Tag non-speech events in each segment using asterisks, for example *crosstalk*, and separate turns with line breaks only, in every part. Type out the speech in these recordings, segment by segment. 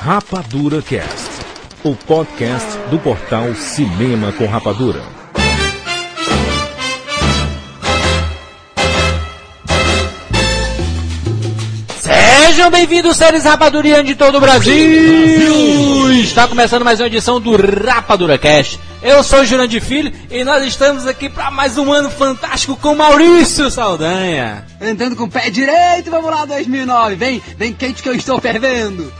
Rapadura Cast, o podcast do portal Cinema com Rapadura.
Sejam bem-vindos, seres rapadurianos de todo o Brasil! Está começando mais uma edição do Rapadura Cast. Eu sou o Jurandir Filho e nós estamos aqui para mais um ano fantástico com Maurício Saldanha.
Andando com o pé direito, vamos lá 2009, vem, vem quente que eu estou fervendo.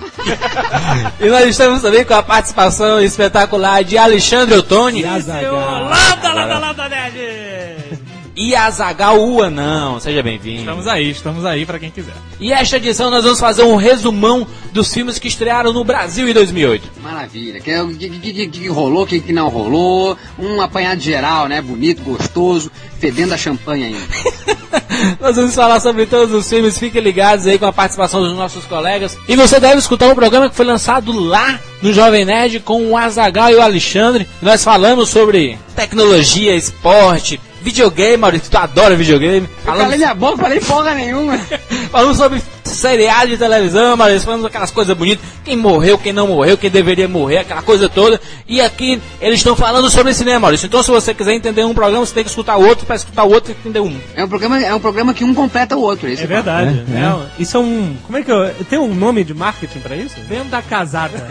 E nós estamos também com a participação espetacular de Alexandre Ottoni
Lada, lada, lada, nerd!
e Azagal Uanão. Seja bem-vindo.
Estamos aí, estamos aí pra quem quiser.
E esta edição nós vamos fazer um resumão dos filmes que estrearam no Brasil em 2008.
Maravilha, que, é o que, que, que, que rolou, que, que não rolou, um apanhado geral, né, bonito, gostoso, fedendo a champanhe *laughs* ainda.
Nós vamos falar sobre todos os filmes, fiquem ligados aí com a participação dos nossos colegas. E você deve escutar um programa que foi lançado lá no Jovem Nerd com o Azagal e o Alexandre. Nós falamos sobre tecnologia, esporte, videogame, Maurício, tu adora videogame.
Falei
Falamos,
minha boca, falei porra nenhuma.
*laughs* falamos sobre seriado de televisão, Maurício, falamos aquelas coisas bonitas, quem morreu, quem não morreu, quem deveria morrer, aquela coisa toda. E aqui eles estão falando sobre cinema, Maurício. Então se você quiser entender um programa, você tem que escutar o outro, para escutar o outro, tem que entender um.
É um programa, é um programa que um completa o outro, esse
É verdade. né? Isso é um. Como é que eu. Tem um nome de marketing pra isso? Venda casada.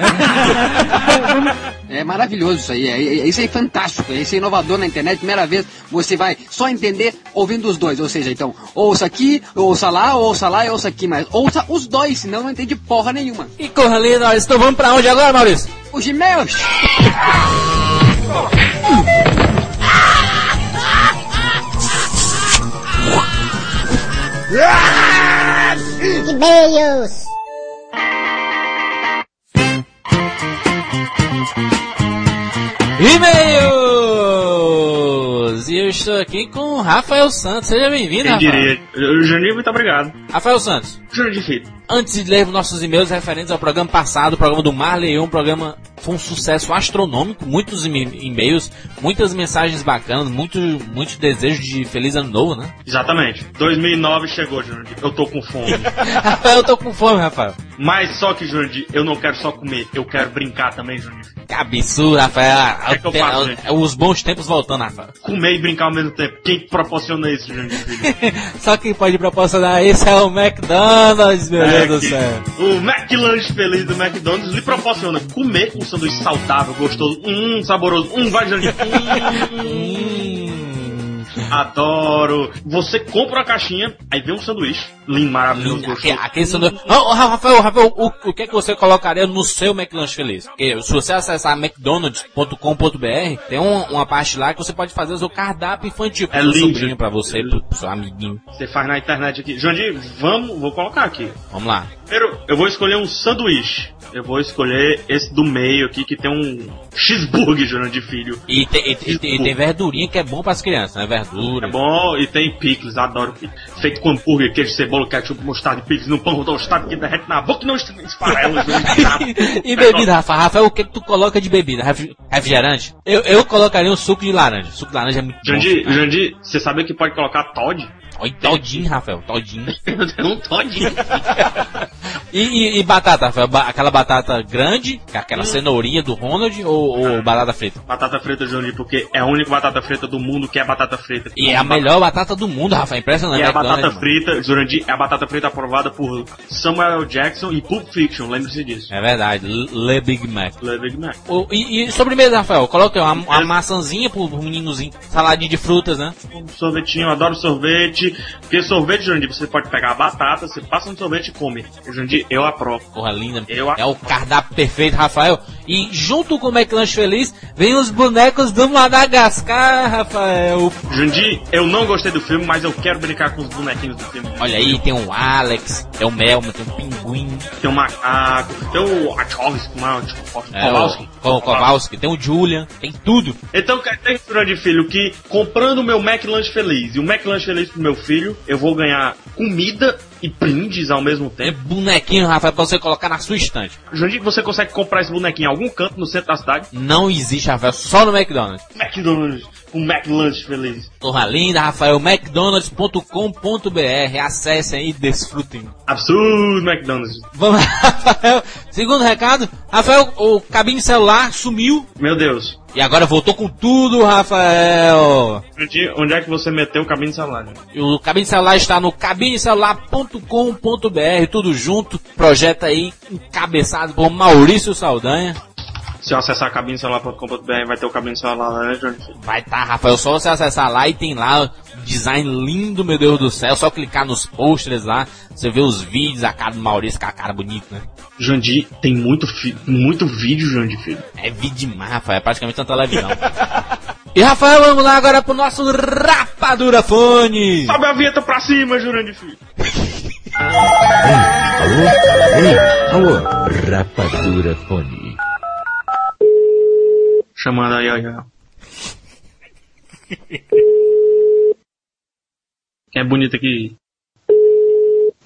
É maravilhoso isso aí, é, é- isso aí é fantástico, é isso é inovador na internet, primeira vez você vai só entender ouvindo os dois, ou seja, então, ouça aqui, ouça lá, ouça lá e ouça aqui, mas ouça os dois, senão não entende porra nenhuma.
E corra ali, Maurício. Então vamos pra onde agora, Maurício?
Os meus!
e-mails.
E-mails! E eu estou aqui com o Rafael Santos. Seja bem-vindo, *laughs*
Quem
Rafael.
diria? Janir, muito obrigado.
Rafael Santos,
Júnior de Filho.
antes de lermos nossos e-mails referentes ao programa passado, o programa do Marley, um programa foi um sucesso astronômico, muitos e- e-mails, muitas mensagens bacanas, muito, muito desejo de feliz ano novo, né? *laughs*
Exatamente. 2009 chegou, Júnior. Eu tô com fome.
Rafael, eu tô com fome, Rafael.
Mas só que, Júnior, eu não quero só comer. Eu quero brincar também, Júnior.
Que absurdo, Rafael.
que que eu faço, gente?
Os bons tempos voltando, Rafael.
Comer e brincar ao mesmo tempo. Quem proporciona isso, Júnior de Filho?
*laughs* Só quem pode proporcionar isso é o McDonald's, meu
É
Deus do
que
céu.
O McLanche feliz do McDonald's lhe proporciona comer um sanduíche saudável, gostoso, hum, saboroso, hum, vai, Júnior.
Hum,
Um, adoro. Você compra uma caixinha, aí vem um sanduíche, lindo, maravilhoso,
aque-
gostoso.
Aquele sanduíche. Ô, ô, Rafael, Rafael, o, o que, é que você colocaria no seu McLanche Feliz? Porque se você acessar mcdonalds.com.br, tem um- uma parte lá que você pode fazer o seu cardápio infantil pro
É
seu
lindo.
sobrinho, pra você, pro, pro seu amiguinho.
Você faz na internet aqui. Jandir, vamos, vou colocar aqui.
Vamos lá.
Primeiro, eu vou escolher um sanduíche. Eu vou escolher esse do meio aqui, que tem um cheeseburger, Jurandir Filho.
E, tem- e- e- e tem verdurinha que é bom pras crianças, né? Verdura.
É bom, e tem picles, adoro picles. Feito com hambúrguer, queijo, cebola, ketchup, mostarda e picles no pão tostado que derrete na boca e não esfarela, Jurandir.
*laughs* E bebida, Rafa? Rafael, o que, que tu coloca de bebida? Ref- Refrigerante? Eu, eu colocaria um suco de laranja. Suco de laranja é muito
Jandir,
bom.
Jandir, você sabia que pode colocar Todd?
Oi, Todinho, Rafael, todinho.
Eu tenho um Todd.
*laughs* E, e- e batata, Rafael? Ba- aquela batata grande, aquela
Hum.
cenourinha do Ronald ou,
Ah.
ou batata frita?
batata frita, Jandir, porque é a única batata frita do mundo que é batata frita.
E é a melhor né, batata do mundo, Rafael. Impressionante.
E é a
McDonald's,
batata
mano.
frita, Jurandir, é a batata frita aprovada por Samuel Jackson e Pulp Fiction, lembre-se disso.
É verdade. Le Big Mac.
Le Big Mac.
O- e, e sobremesa, Rafael? Coloca uma, uma
Eu-
maçãzinha pro pro meninozinho. Saladinha de frutas, né?
Um sorvetinho, eu adoro sorvete. Porque sorvete, Jurandir, você pode pegar a batata, você passa no sorvete e come. Jurandir, eu aprovo.
Porra linda.
Eu-
É o cardápio perfeito, Rafael. E junto com o McLanche Feliz, vem os bonecos do Madagascar, Rafael.
Jurandir, eu não gostei do filme, mas eu quero brincar com os bonequinhos do filme.
Olha aí, tem o Alex, tem o Melman, tem o Pinguim,
Tem o macaco, tem o Achowski, não, tipo,
é,
Kowalski.
o Ko- Kowalski, tem o Julian, tem tudo.
Então, quer dizer, Jurandir Filho, que comprando o meu McLanche Feliz e o McLanche Feliz pro meu filho, eu vou ganhar comida e brindes ao mesmo
É
tempo.
bonequinho, Rafael, pra você colocar na sua estante.
Jurandir, você consegue comprar esse bonequinho em algum canto no centro da cidade?
Não existe, Rafael, só no McDonald's.
McDonald's, o McLanche Feliz.
Torra linda, Rafael, mcdonalds.com.br. Acessem aí e desfrutem.
Absurdo, McDonald's.
Vamos lá, *laughs* Rafael. Segundo recado, Rafael, o cabine celular sumiu.
Meu Deus.
E agora voltou com tudo, Rafael.
Onde, onde é que você meteu o cabine né? de salário?
E O Cabine Celular está no cabinecelular.com.br, tudo junto. Projeto aí encabeçado por Maurício Saldanha.
Se eu acessar cabinecelular.com.br, vai ter o cabine celular lá, né, Johnny?
Vai tá, Rafael, só você acessar lá e tem lá um design lindo, meu Deus do céu. Só clicar nos posters lá, você vê os vídeos, a cara do Maurício com a cara bonita, né?
Jandir, tem muito, fi- muito vídeo, Jandir, filho.
É vídeo demais, Rafael, é praticamente uma televisão. e Rafael, vamos lá agora pro nosso Rapadura Fone.
Sobe a vinheta pra cima, Jurandir, filho.
Alô? Ei, alô? Rapadura Fone.
Chamando aí, aí, aí. Quem é bonita aqui?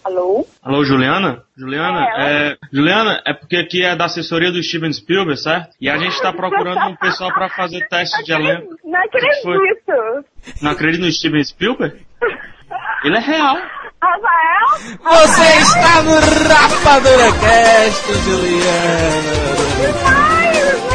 Alô?
Alô, Juliana? Juliana, é, Juliana, é porque aqui é da assessoria do Steven Spielberg, certo? E a gente tá procurando um pessoal pra fazer teste de elenco.
Não
Que
acredito.
Não acredita no Steven Spielberg? Ele é real.
Rafael?
Você está no Rapadura Cast, Juliana. *laughs*
Demais! Não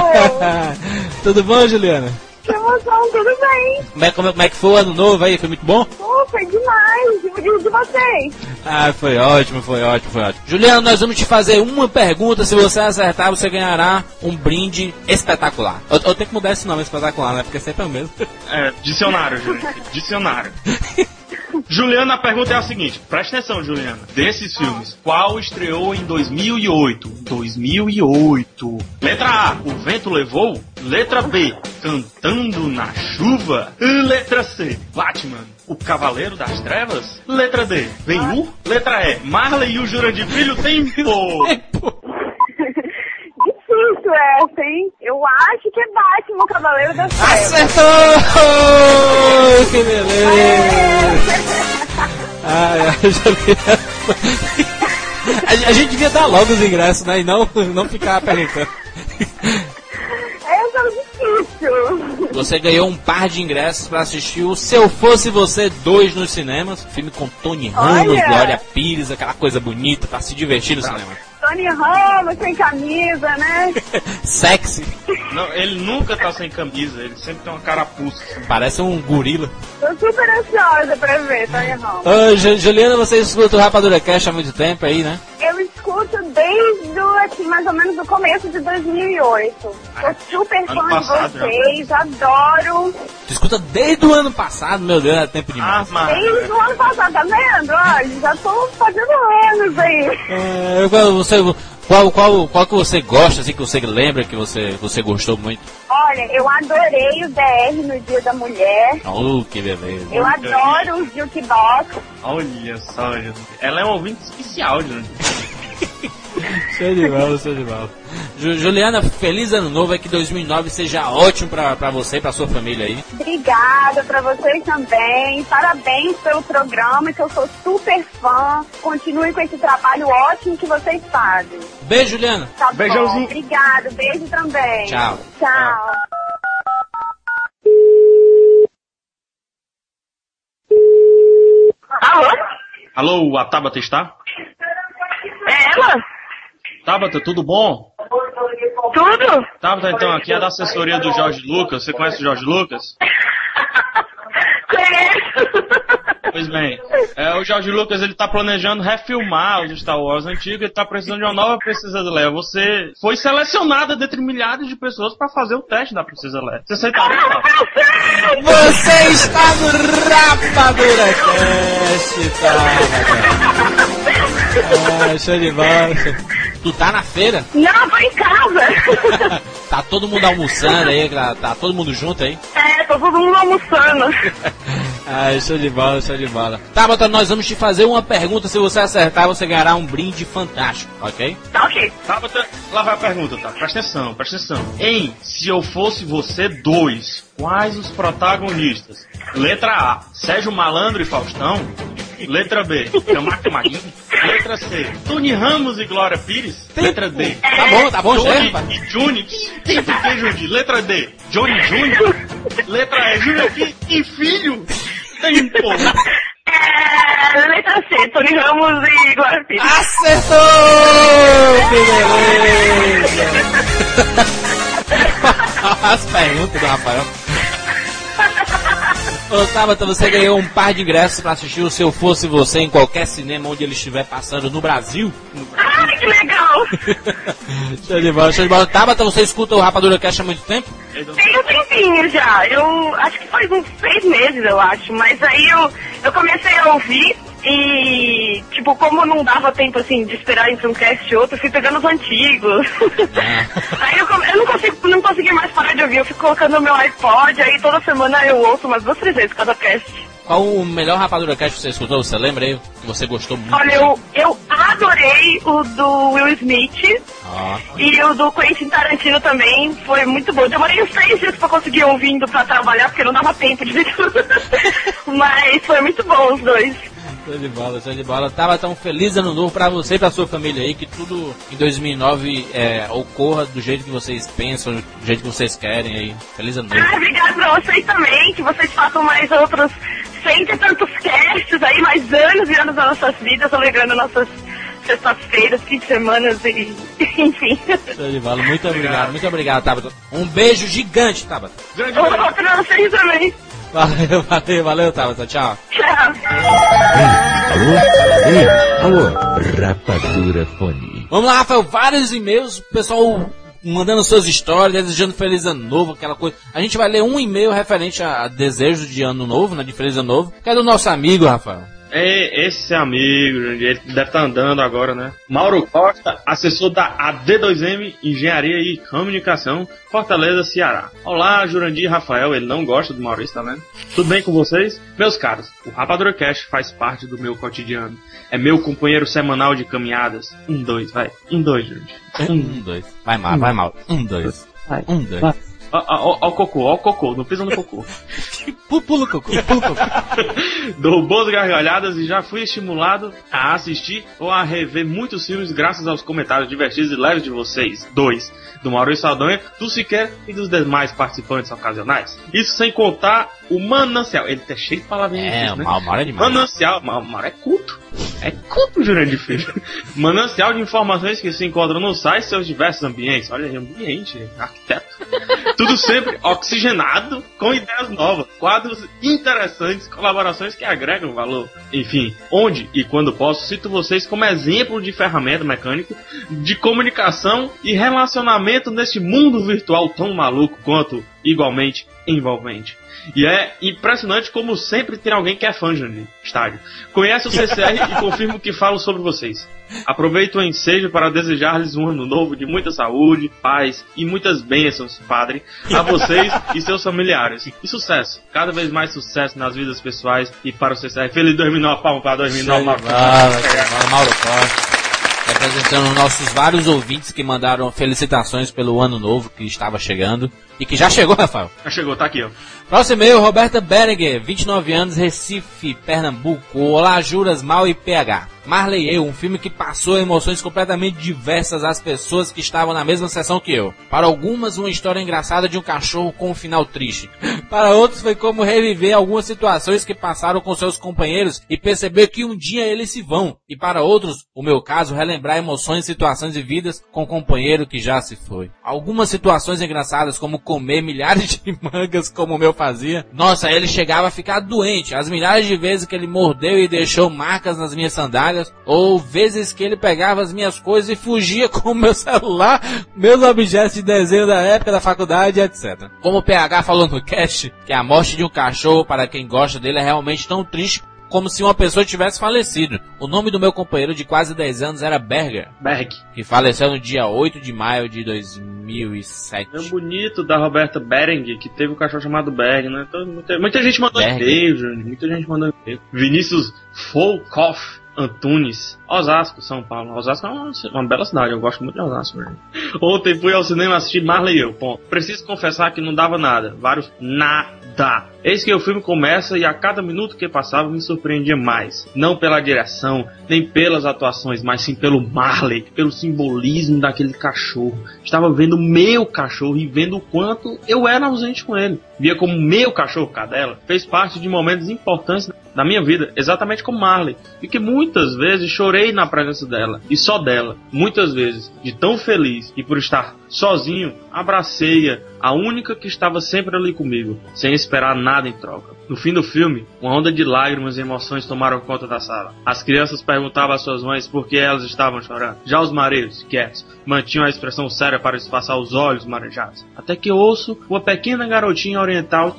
acredito!
Tudo bom, Juliana?
que emoção, tudo bem?
Como é, como é- como é que foi o ano novo aí? Foi muito bom?
Pô, foi demais! E o dia de vocês?
Ah, foi ótimo, foi ótimo, foi ótimo. Juliana, nós vamos te fazer uma pergunta. Se você acertar, você ganhará um brinde espetacular. Eu, eu tenho que mudar esse nome espetacular, né? Porque sempre é o mesmo.
É, dicionário, Juliana. Dicionário. *laughs* Juliana, a pergunta é a seguinte. Presta atenção, Juliana. Desses filmes, qual estreou em 2008? 2008. Letra A, O Vento Levou. Letra B, Cantando na Chuva. Letra C, Batman, O Cavaleiro das Trevas. Letra D, Ben Hur. Letra E, Marley e o Jurandir Filho *laughs* Tempo.
Difícil essa, hein? Eu acho que é Batman, o Cavaleiro das
Ah,
Trevas.
Acertou! Que beleza! Ai, ai, Juliana. A, a gente devia dar logo os ingressos, né? E não, não ficar perguntando.
Essa é difícil.
Você ganhou um par de ingressos pra assistir o Se Eu Fosse Você 2 nos cinemas. Filme com Tony Ramos,
Olha!
Glória Pires, aquela coisa bonita pra se divertir no cinema.
Tony Ramos sem camisa, né?
Sexy,
Não, ele nunca tá sem camisa. Ele sempre tem uma carapuça. assim.
parece um gorila.
Tô super ansiosa pra ver, Tony Ramos.
Ô, Ju- Juliana, você escuta o Rapadura Cash há muito tempo aí, né?
Eu escuto desde o, assim, mais ou menos o começo de 2008. Sou super
Ah, ano
fã
passado, né?
de vocês, adoro.
Tu escuta desde o ano passado, meu Deus, é tempo demais.
Ah, Marley.
Desde o ano passado, tá vendo? Olha, já tô fazendo anos aí.
É, eu- qual- você, qual, qual, qual que você gosta, assim, que você lembra, que você, você gostou muito?
Olha, eu adorei o DR no Dia da Mulher.
Oh, que beleza.
Eu adoro o jukebox.
Olha só, gente. Ela é um ouvinte especial, gente.
Show de bola, show de bola. Ju- Juliana, feliz ano novo, é que 2009 seja ótimo pra, pra você e pra sua família aí.
Obrigada pra vocês também. Parabéns pelo programa, que eu sou super fã. Continue com esse trabalho ótimo que vocês fazem.
Beijo, Juliana.
Tá
Beijãozinho.
bom? Obrigado, beijo também.
Tchau.
Tchau. Alô?
Alô, a Tabata está?
É ela?
Tabata, tudo bom?
Tudo?
Tabata, então, aqui é da assessoria do Jorge Lucas. Você conhece o Jorge Lucas?
*laughs* Conheço.
Pois bem, é, o Jorge Lucas ele tá planejando refilmar os Star Wars antigos e tá precisando de uma nova Princesa Leia. Você foi selecionada dentre milhares de pessoas pra fazer o teste da Princesa Leia. Você aceitaria? Tabata?
Você está no Rapadura Cast, tá? Ah, show de bola. Tu tá na feira? *laughs*
Não, tô em casa.
Tá todo mundo almoçando aí, tá, tá todo mundo junto aí?
É, tô todo mundo almoçando.
Ah, show de bola, show de bola. Tá, Bota, nós vamos te fazer uma pergunta. Se você acertar, você ganhará um brinde fantástico, ok?
Tá ok.
Tabata, lá vai a pergunta, tá? Presta atenção, presta atenção. Em Se Eu Fosse Você 2, quais os protagonistas? Letra A, Sérgio Malandro e Faustão. Letra B, é Camargo Maguinho. Letra C, Tony Ramos e Glória Pires. Letra D,
Tá bom, tá bom,
Johnny
chefe.
e Juni. Tem que ter Jundi. Letra D, Johnny Júnior. Letra E, Júnior aqui e filho. Tempo.
É, É, letra C, Tony Ramos e Glória
*laughs*
Pires.
Acertou! Que beleza! As perguntas do Rafael. Ô, Tabata, você ganhou um par de ingressos pra assistir o Se Eu Fosse Você em qualquer cinema onde ele estiver passando no Brasil.
Ai, que legal!
Show de bola, show de bola. Tabata, você escuta o Rapadura Cash há muito tempo?
Tem um tempinho já. Eu acho que faz uns seis meses, eu acho. Mas aí eu, eu comecei a ouvir e, tipo, como não dava tempo, assim, de esperar entre um cast e outro, eu fui pegando os antigos. *laughs* aí eu, come- eu não, consigo, não consegui mais parar de ouvir. Eu fico colocando no meu iPod, aí toda semana eu ouço umas duas, três vezes cada cast.
Qual o melhor Rapadura Cash que você escutou? Você lembra aí? Que você gostou muito?
Olha, eu, eu adorei o do Will Smith.
Ah,
E o do Quentin Tarantino também foi muito bom. Demorei uns três dias pra conseguir ouvindo pra trabalhar, porque não dava tempo de ver tudo. Mas foi muito bom os dois.
show de bola, show de bola. Tabata, um feliz ano novo pra você e pra sua família aí. Que tudo em 2009 é, ocorra do jeito que vocês pensam, do jeito que vocês querem aí. Feliz ano novo.
Ah, obrigado pra vocês também, que vocês façam mais outros cento e tantos casts aí, mais anos e anos das nossas vidas, alegrando nossas sextas-feiras, fins de semana e *laughs* enfim.
Show de bola. Muito obrigado, muito obrigado, Tabata. Um beijo gigante, Tabata.
Grande
Outro pra vocês também.
Valeu, *laughs* valeu, valeu, Tabata. Tchau.
Tchau.
Alô? Ei, alô? Rapadura Fone.
Vamos lá, Rafael, vários e-mails, pessoal mandando suas histórias, desejando feliz ano novo, aquela coisa. A gente vai ler um e-mail referente a, a desejo de ano novo, né, de feliz ano novo, que é do nosso amigo, Rafael.
É esse amigo, gente, ele deve estar andando agora, né? Mauro Costa, assessor da AD2M Engenharia e Comunicação, Fortaleza, Ceará. Olá, Jurandir e Rafael, ele não gosta do Maurício, tá vendo? Tudo bem com vocês? Meus caros, o Rapadura Cash faz parte do meu cotidiano. É meu companheiro semanal de caminhadas. Um, dois, vai. Um, dois, Jurandir.
Um, dois. Vai mal, vai mal. Um, dois. Um, dois.
Ó, ó, ó, ó o cocô, ó o cocô, não pisa no cocô.
Pulo, cocô, pulo, cocô.
Dou boas gargalhadas e já fui estimulado a assistir ou a rever muitos filmes graças aos comentários divertidos e leves de vocês. Dois. Do Maurício Saldanha, do Siqueira e dos demais participantes ocasionais. Isso sem contar o Manancial. Ele tá cheio de palavrinhas.
É,
difíceis, né?
mal, mal é demais.
Manancial, ma- mano, é culto. É culto, Jurandir Filho. *laughs* Manancial de informações que se encontram no site e seus diversos ambientes. Olha, aí, ambiente, arquiteto. *laughs* Tudo sempre oxigenado, com ideias novas, quadros interessantes, colaborações que agregam valor. Enfim, onde e quando posso, cito vocês como exemplo de ferramenta mecânica de comunicação e relacionamento neste mundo virtual tão maluco quanto igualmente envolvente. E é impressionante como sempre tem alguém que é fã, Juninho. Estádio. Conhece o CCR e confirmo que falo sobre vocês. Aproveito o ensejo para desejar-lhes um ano novo de muita saúde, paz e muitas bênçãos, Padre, a vocês e seus familiares. E sucesso. Cada vez mais sucesso nas vidas pessoais e para o CCR. Feliz 2009, palma para
Show
2009.
de
Marcos.
bola, show de bola, Mauro Costa. Representando nossos vários ouvintes que mandaram felicitações pelo ano novo que estava chegando e que já chegou, Rafael.
Já chegou, tá aqui, ó.
Próximo e-mail, Roberta Berenguer, 29 anos, Recife, Pernambuco. Olá, Juras, Mal e PH. Marley Eu, um filme que passou emoções completamente diversas às pessoas que estavam na mesma sessão que eu. Para algumas, uma história engraçada de um cachorro com um final triste. *laughs* Para outros, foi como reviver algumas situações que passaram com seus companheiros e perceber que um dia eles se vão. E para outros, o meu caso, relembrar emoções, situações e vidas com um companheiro que já se foi. Algumas situações engraçadas, como comer milhares de *laughs* mangas, como o meu fazia. Nossa, ele chegava a ficar doente. As milhares de vezes que ele mordeu e deixou marcas nas minhas sandálias, ou vezes que ele pegava as minhas coisas e fugia *laughs* com o meu celular, meus objetos de desenho da época da faculdade, etc. Como o PH falou no cast, que a morte de um cachorro, para quem gosta dele, é realmente tão triste como se uma pessoa tivesse falecido. O nome do meu companheiro de quase 10 anos era Berger,
Berg.
que faleceu no dia 8 de maio de 2007.
É bonito da Roberta Bering, que teve um cachorro chamado Berg, né? Então, muita, muita gente mandou
Berg.
e-mail, Júnior, muita gente mandou e-mail. Vinícius Folkoff Antunes, Osasco, São Paulo. Osasco é uma, uma bela cidade, eu gosto muito de Osasco, né? Júnior. Ontem fui ao cinema assistir Marley e eu. Bom, preciso confessar que não dava nada. Vários nada. Eis que o filme começa e a cada minuto que passava me surpreendia mais. Não pela direção, nem pelas atuações, mas sim pelo Marley, pelo simbolismo daquele cachorro. Estava vendo o meu cachorro e vendo o quanto eu era ausente com ele. via como meu cachorro cadela, fez parte de momentos importantes da minha vida, exatamente como Marley, e que muitas vezes chorei na presença dela, e só dela, muitas vezes, de tão feliz e por estar sozinho, abracei-a, a única que estava sempre ali comigo, sem esperar nada em troca. No fim do filme, uma onda de lágrimas e emoções tomaram conta da sala. As crianças perguntavam às suas mães por que elas estavam chorando. Já os maridos, quietos, mantinham a expressão séria para disfarçar os olhos marejados. Até que eu ouço uma pequena garotinha oriental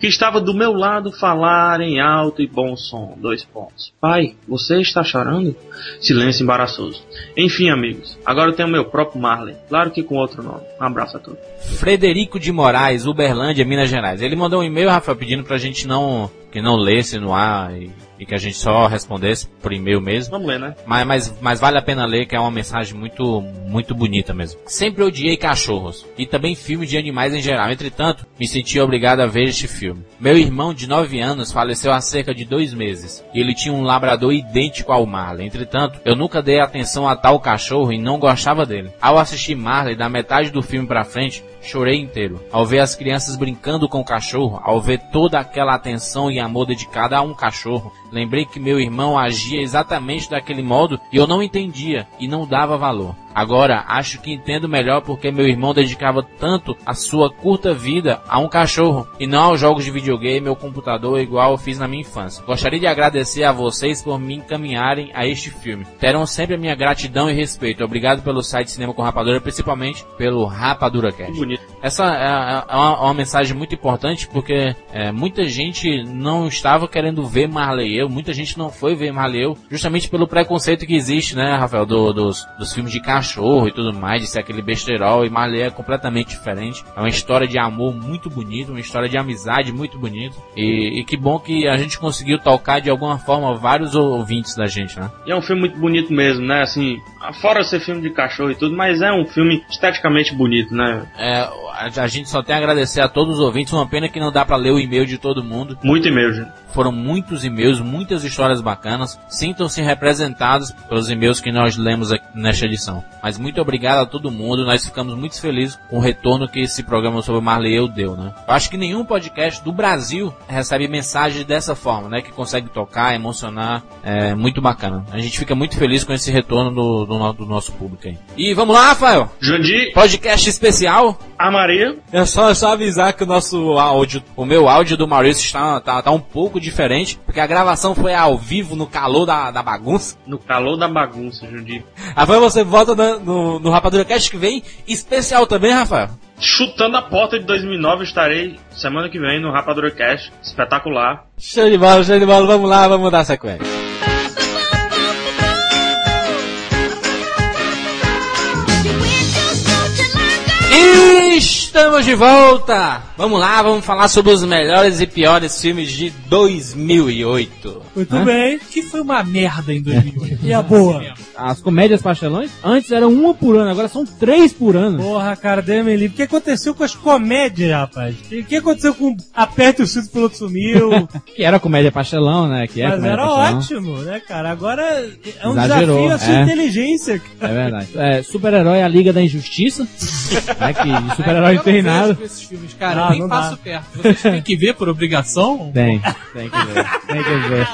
que estava do meu lado falar em alto e bom som. Dois pontos. Pai, você está chorando? Silêncio embaraçoso. Enfim, amigos, agora eu tenho meu próprio Marley. Claro que com outro nome. Um abraço a todos.
Frederico de Moraes, Uberlândia, Minas Gerais. Ele mandou um e-mail, Rafa, pedindo pra gente não que não lesse no ar e, e que a gente só respondesse por e-mail mesmo.
Vamos ler, né?
Mas, mas, mas vale a pena ler, que é uma mensagem muito, muito bonita mesmo. Sempre odiei cachorros e também filmes de animais em geral. Entretanto, me senti obrigado a ver este filme. Meu irmão de 9 anos faleceu há cerca de dois meses e ele tinha um labrador idêntico ao Marley. Entretanto, eu nunca dei atenção a tal cachorro e não gostava dele. Ao assistir Marley, da metade do filme pra frente, chorei inteiro. Ao ver as crianças brincando com o cachorro, ao ver toda aquela atenção e amor dedicada a um cachorro, Lembrei que meu irmão agia exatamente daquele modo e eu não entendia e não dava valor. Agora acho que entendo melhor porque meu irmão dedicava tanto a sua curta vida a um cachorro e não aos jogos de videogame ou computador igual eu fiz na minha infância. Gostaria de agradecer a vocês por me encaminharem a este filme. Terão sempre a minha gratidão e respeito. Obrigado pelo site Cinema com Rapadura, principalmente pelo Rapadura
Que
Cast.
bonito.
Essa é, é uma, é uma mensagem muito importante porque é, muita gente não estava querendo ver Marley e eu, muita gente não foi ver Marley e eu, justamente pelo preconceito que existe, né, Rafael, do- dos, dos filmes de cachorro e tudo mais, de ser aquele besterol, e Marley é completamente diferente. É uma história de amor muito bonita, uma história de amizade muito bonita, e, e que bom que a gente conseguiu tocar de alguma forma vários ouvintes da gente, né?
E é um filme muito bonito mesmo, né? Assim, fora ser filme de cachorro e tudo, mas é um filme esteticamente bonito, né?
É, a, a gente só tem a agradecer a todos os ouvintes, uma pena que não dá pra ler o e-mail de todo mundo,
Muito e-mail, gente.
Foram muitos e-mails, muitas histórias bacanas. Sintam-se representados pelos e-mails que nós lemos aqui nesta edição. Mas muito obrigado a todo mundo. Nós ficamos muito felizes com o retorno que esse programa sobre Marley eu deu, né? Eu acho que nenhum podcast do Brasil recebe mensagem dessa forma, né? Que consegue tocar, emocionar. É muito bacana. A gente fica muito feliz com esse retorno do, do no- do nosso público aí. E vamos lá, Rafael!
Jandir,
Podcast especial?
a Maria,
É só, é só avisar que o nosso áudio, o meu áudio do Maurício está, tá, tá um pouco diferente, porque a gravação foi ao vivo, no calor da, da bagunça.
no calor da bagunça, Jandir.
Rafael, você volta na- no, no Rapadura Cast que vem, especial também, Rafael.
Chutando a porta de 2009, estarei semana que vem no Rapadura Cast. Espetacular.
Show de bola, show de bola, vamos lá, vamos dar sequência. E Estamos de volta! Vamos lá, vamos falar sobre os melhores e piores filmes de 2008.
Muito bem. Que foi uma merda em 2008. *laughs* e a boa?
As comédias pastelões, antes eram uma por ano, agora são três por ano.
Porra, cara, Deus me livre. O que aconteceu com as comédias, rapaz? O que, que aconteceu com Aperta o Cinto, o Piloto Sumiu? *laughs*
Que era comédia pastelão, né? Que é
Mas
comédia
era
pastelão.
ótimo, né, cara? Agora é um
Exagerou,
desafio a sua
é.
inteligência, cara.
É verdade. É, super-herói é a Liga da Injustiça. né, que super-herói não tem nada.
Esses filmes, cara,
Não,
eu nem
não
passo
dá.
perto. Vocês têm que ver por obrigação?
Tem, tem que ver. Tem que ver.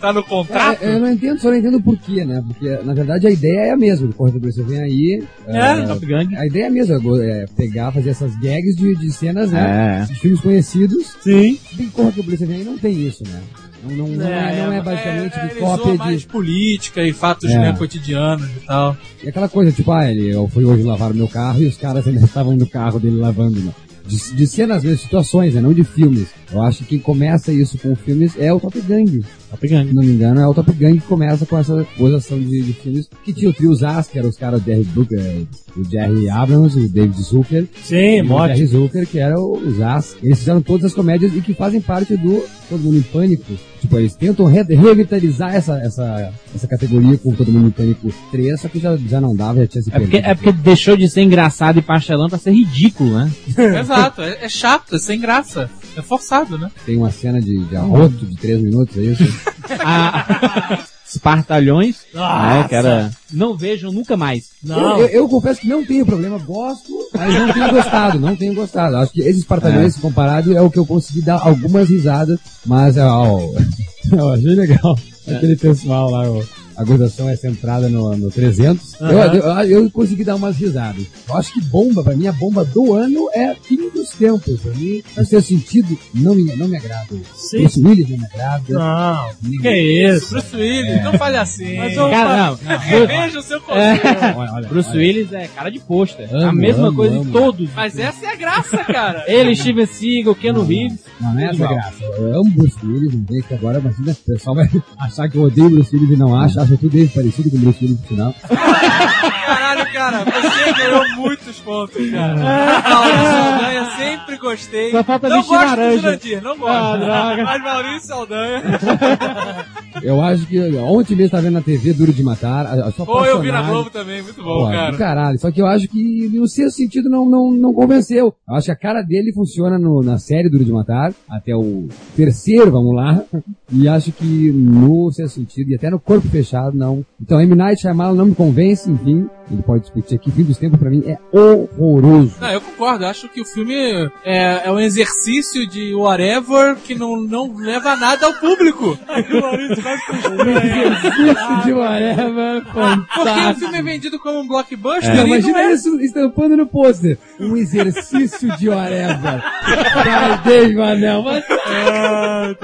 Tá no
Cara,
contrato?
eu não entendo, só não entendo por quê, né? Porque, na verdade, a ideia é a mesma do Corredor Você vem aí.
É,
Top Gang.
A ideia é a mesma, é pegar, fazer essas gags de, de cenas, né?
É.
De filmes conhecidos.
Sim.
Bem, Corredor Você vem aí não tem isso, né? Não, não, não, é, não é basicamente
é,
de
ele zoa
cópia
mais
de.
política e fatos
É.
né, cotidianos e tal.
É aquela coisa, tipo, ah, ele, eu fui hoje lavar o meu carro e os caras ainda estavam no carro dele lavando, né? De, de cenas mesmo, situações, né? Não de filmes. Eu acho que quem começa isso com filmes é o Top Gang.
Top Gang.
se não me engano, é o Top Gun que começa com essa gozação de, de filmes que tinha o trio Zaz, que eram os caras do Jerry Brucker, o Jerry Abrams, o David Zucker,
Sim,
e o Jerry Zucker, que era o, o Zaz. Eles fizeram todas as comédias e que fazem parte do Todo Mundo em Pânico. Tipo, eles tentam re revitalizar essa, essa, essa categoria com Todo Mundo em Pânico 3, só que já, já não dava, já tinha se
É porque,
perdido.
é porque deixou de ser engraçado e pastelão pra ser ridículo, né?
Exato, é, é chato, é sem graça. É forçado, né?
*laughs*
Tem uma cena de, de arroto de 3 minutos, é isso?
A-
Espartalhões, né,
Nossa.
que era Não Vejam Nunca Mais.
Não.
Eu, eu- eu confesso que não tenho problema, gosto, mas não tenho gostado, não tenho gostado. Acho que esses Espartalhões comparado é o que eu consegui dar algumas risadas, mas é ó, *laughs* eu achei legal
É.
aquele pessoal lá, ó, a gozação é centrada no, no 300. Eu,
Aham.
eu, eu consegui dar umas risadas. Eu acho que bomba, pra mim, a bomba do ano é fim dos tempos. Pra mim, no seu sentido, não me, não me agrada.
Sim. Ah,
Bruce Willis não me agrada.
Não, que isso?
Bruce Willis, não fale assim.
Mas eu-
Cara, não, não.
Reveja o seu conceito.
Olha, olha,
Bruce
olha.
Willis é cara de pôster. A
Amo,
mesma
amo,
coisa em
amo.
todos.
Mas essa é a graça, cara.
*laughs*
Hum.
Ele, Steven Seagal, Keanu Reeves.
Não é essa
Igual.
graça. Eu amo Bruce Willis, não tem que agora, mas o pessoal vai *laughs* achar que eu odeio Bruce Willis e não acha, acha tudo ele parecido com Bruce Willis no final.
Caralho, cara, você ganhou muitos pontos, cara. Maurício Saldanha, sempre gostei.
É. Só falta
não
vestir
gosto
laranja. Ah,
do Jurandir, não gosto. Mas Maurício Saldanha.
Eu acho que ontem mesmo estava vendo na TV Duro de Matar, a, a sua
Pô, eu vi na
personagem-
Globo também, muito bom,
Pô,
cara.
do caralho. Só que eu acho que no seu sentido não, não, não convenceu. Eu acho que a cara dele funciona no- na série Duro de Matar, até o terceiro, vamos lá. E acho que no seu sentido, e até no corpo fechado, não. Então, M. Night Shyamalan não me convence, enfim. Ele pode discutir aqui. Fim dos tempos, pra mim, é horroroso.
Não, eu concordo, eu acho que o filme é, é um exercício de whatever que não, não leva nada ao público.
*laughs*
Ah,
Exercício de whatever,
Porque o
fantástico.
filme é vendido como um blockbuster
Não,
e não
imagina
é.
isso estampando no pôster. Um exercício de whatever. Vai, Dave Anel. vai.
Ah,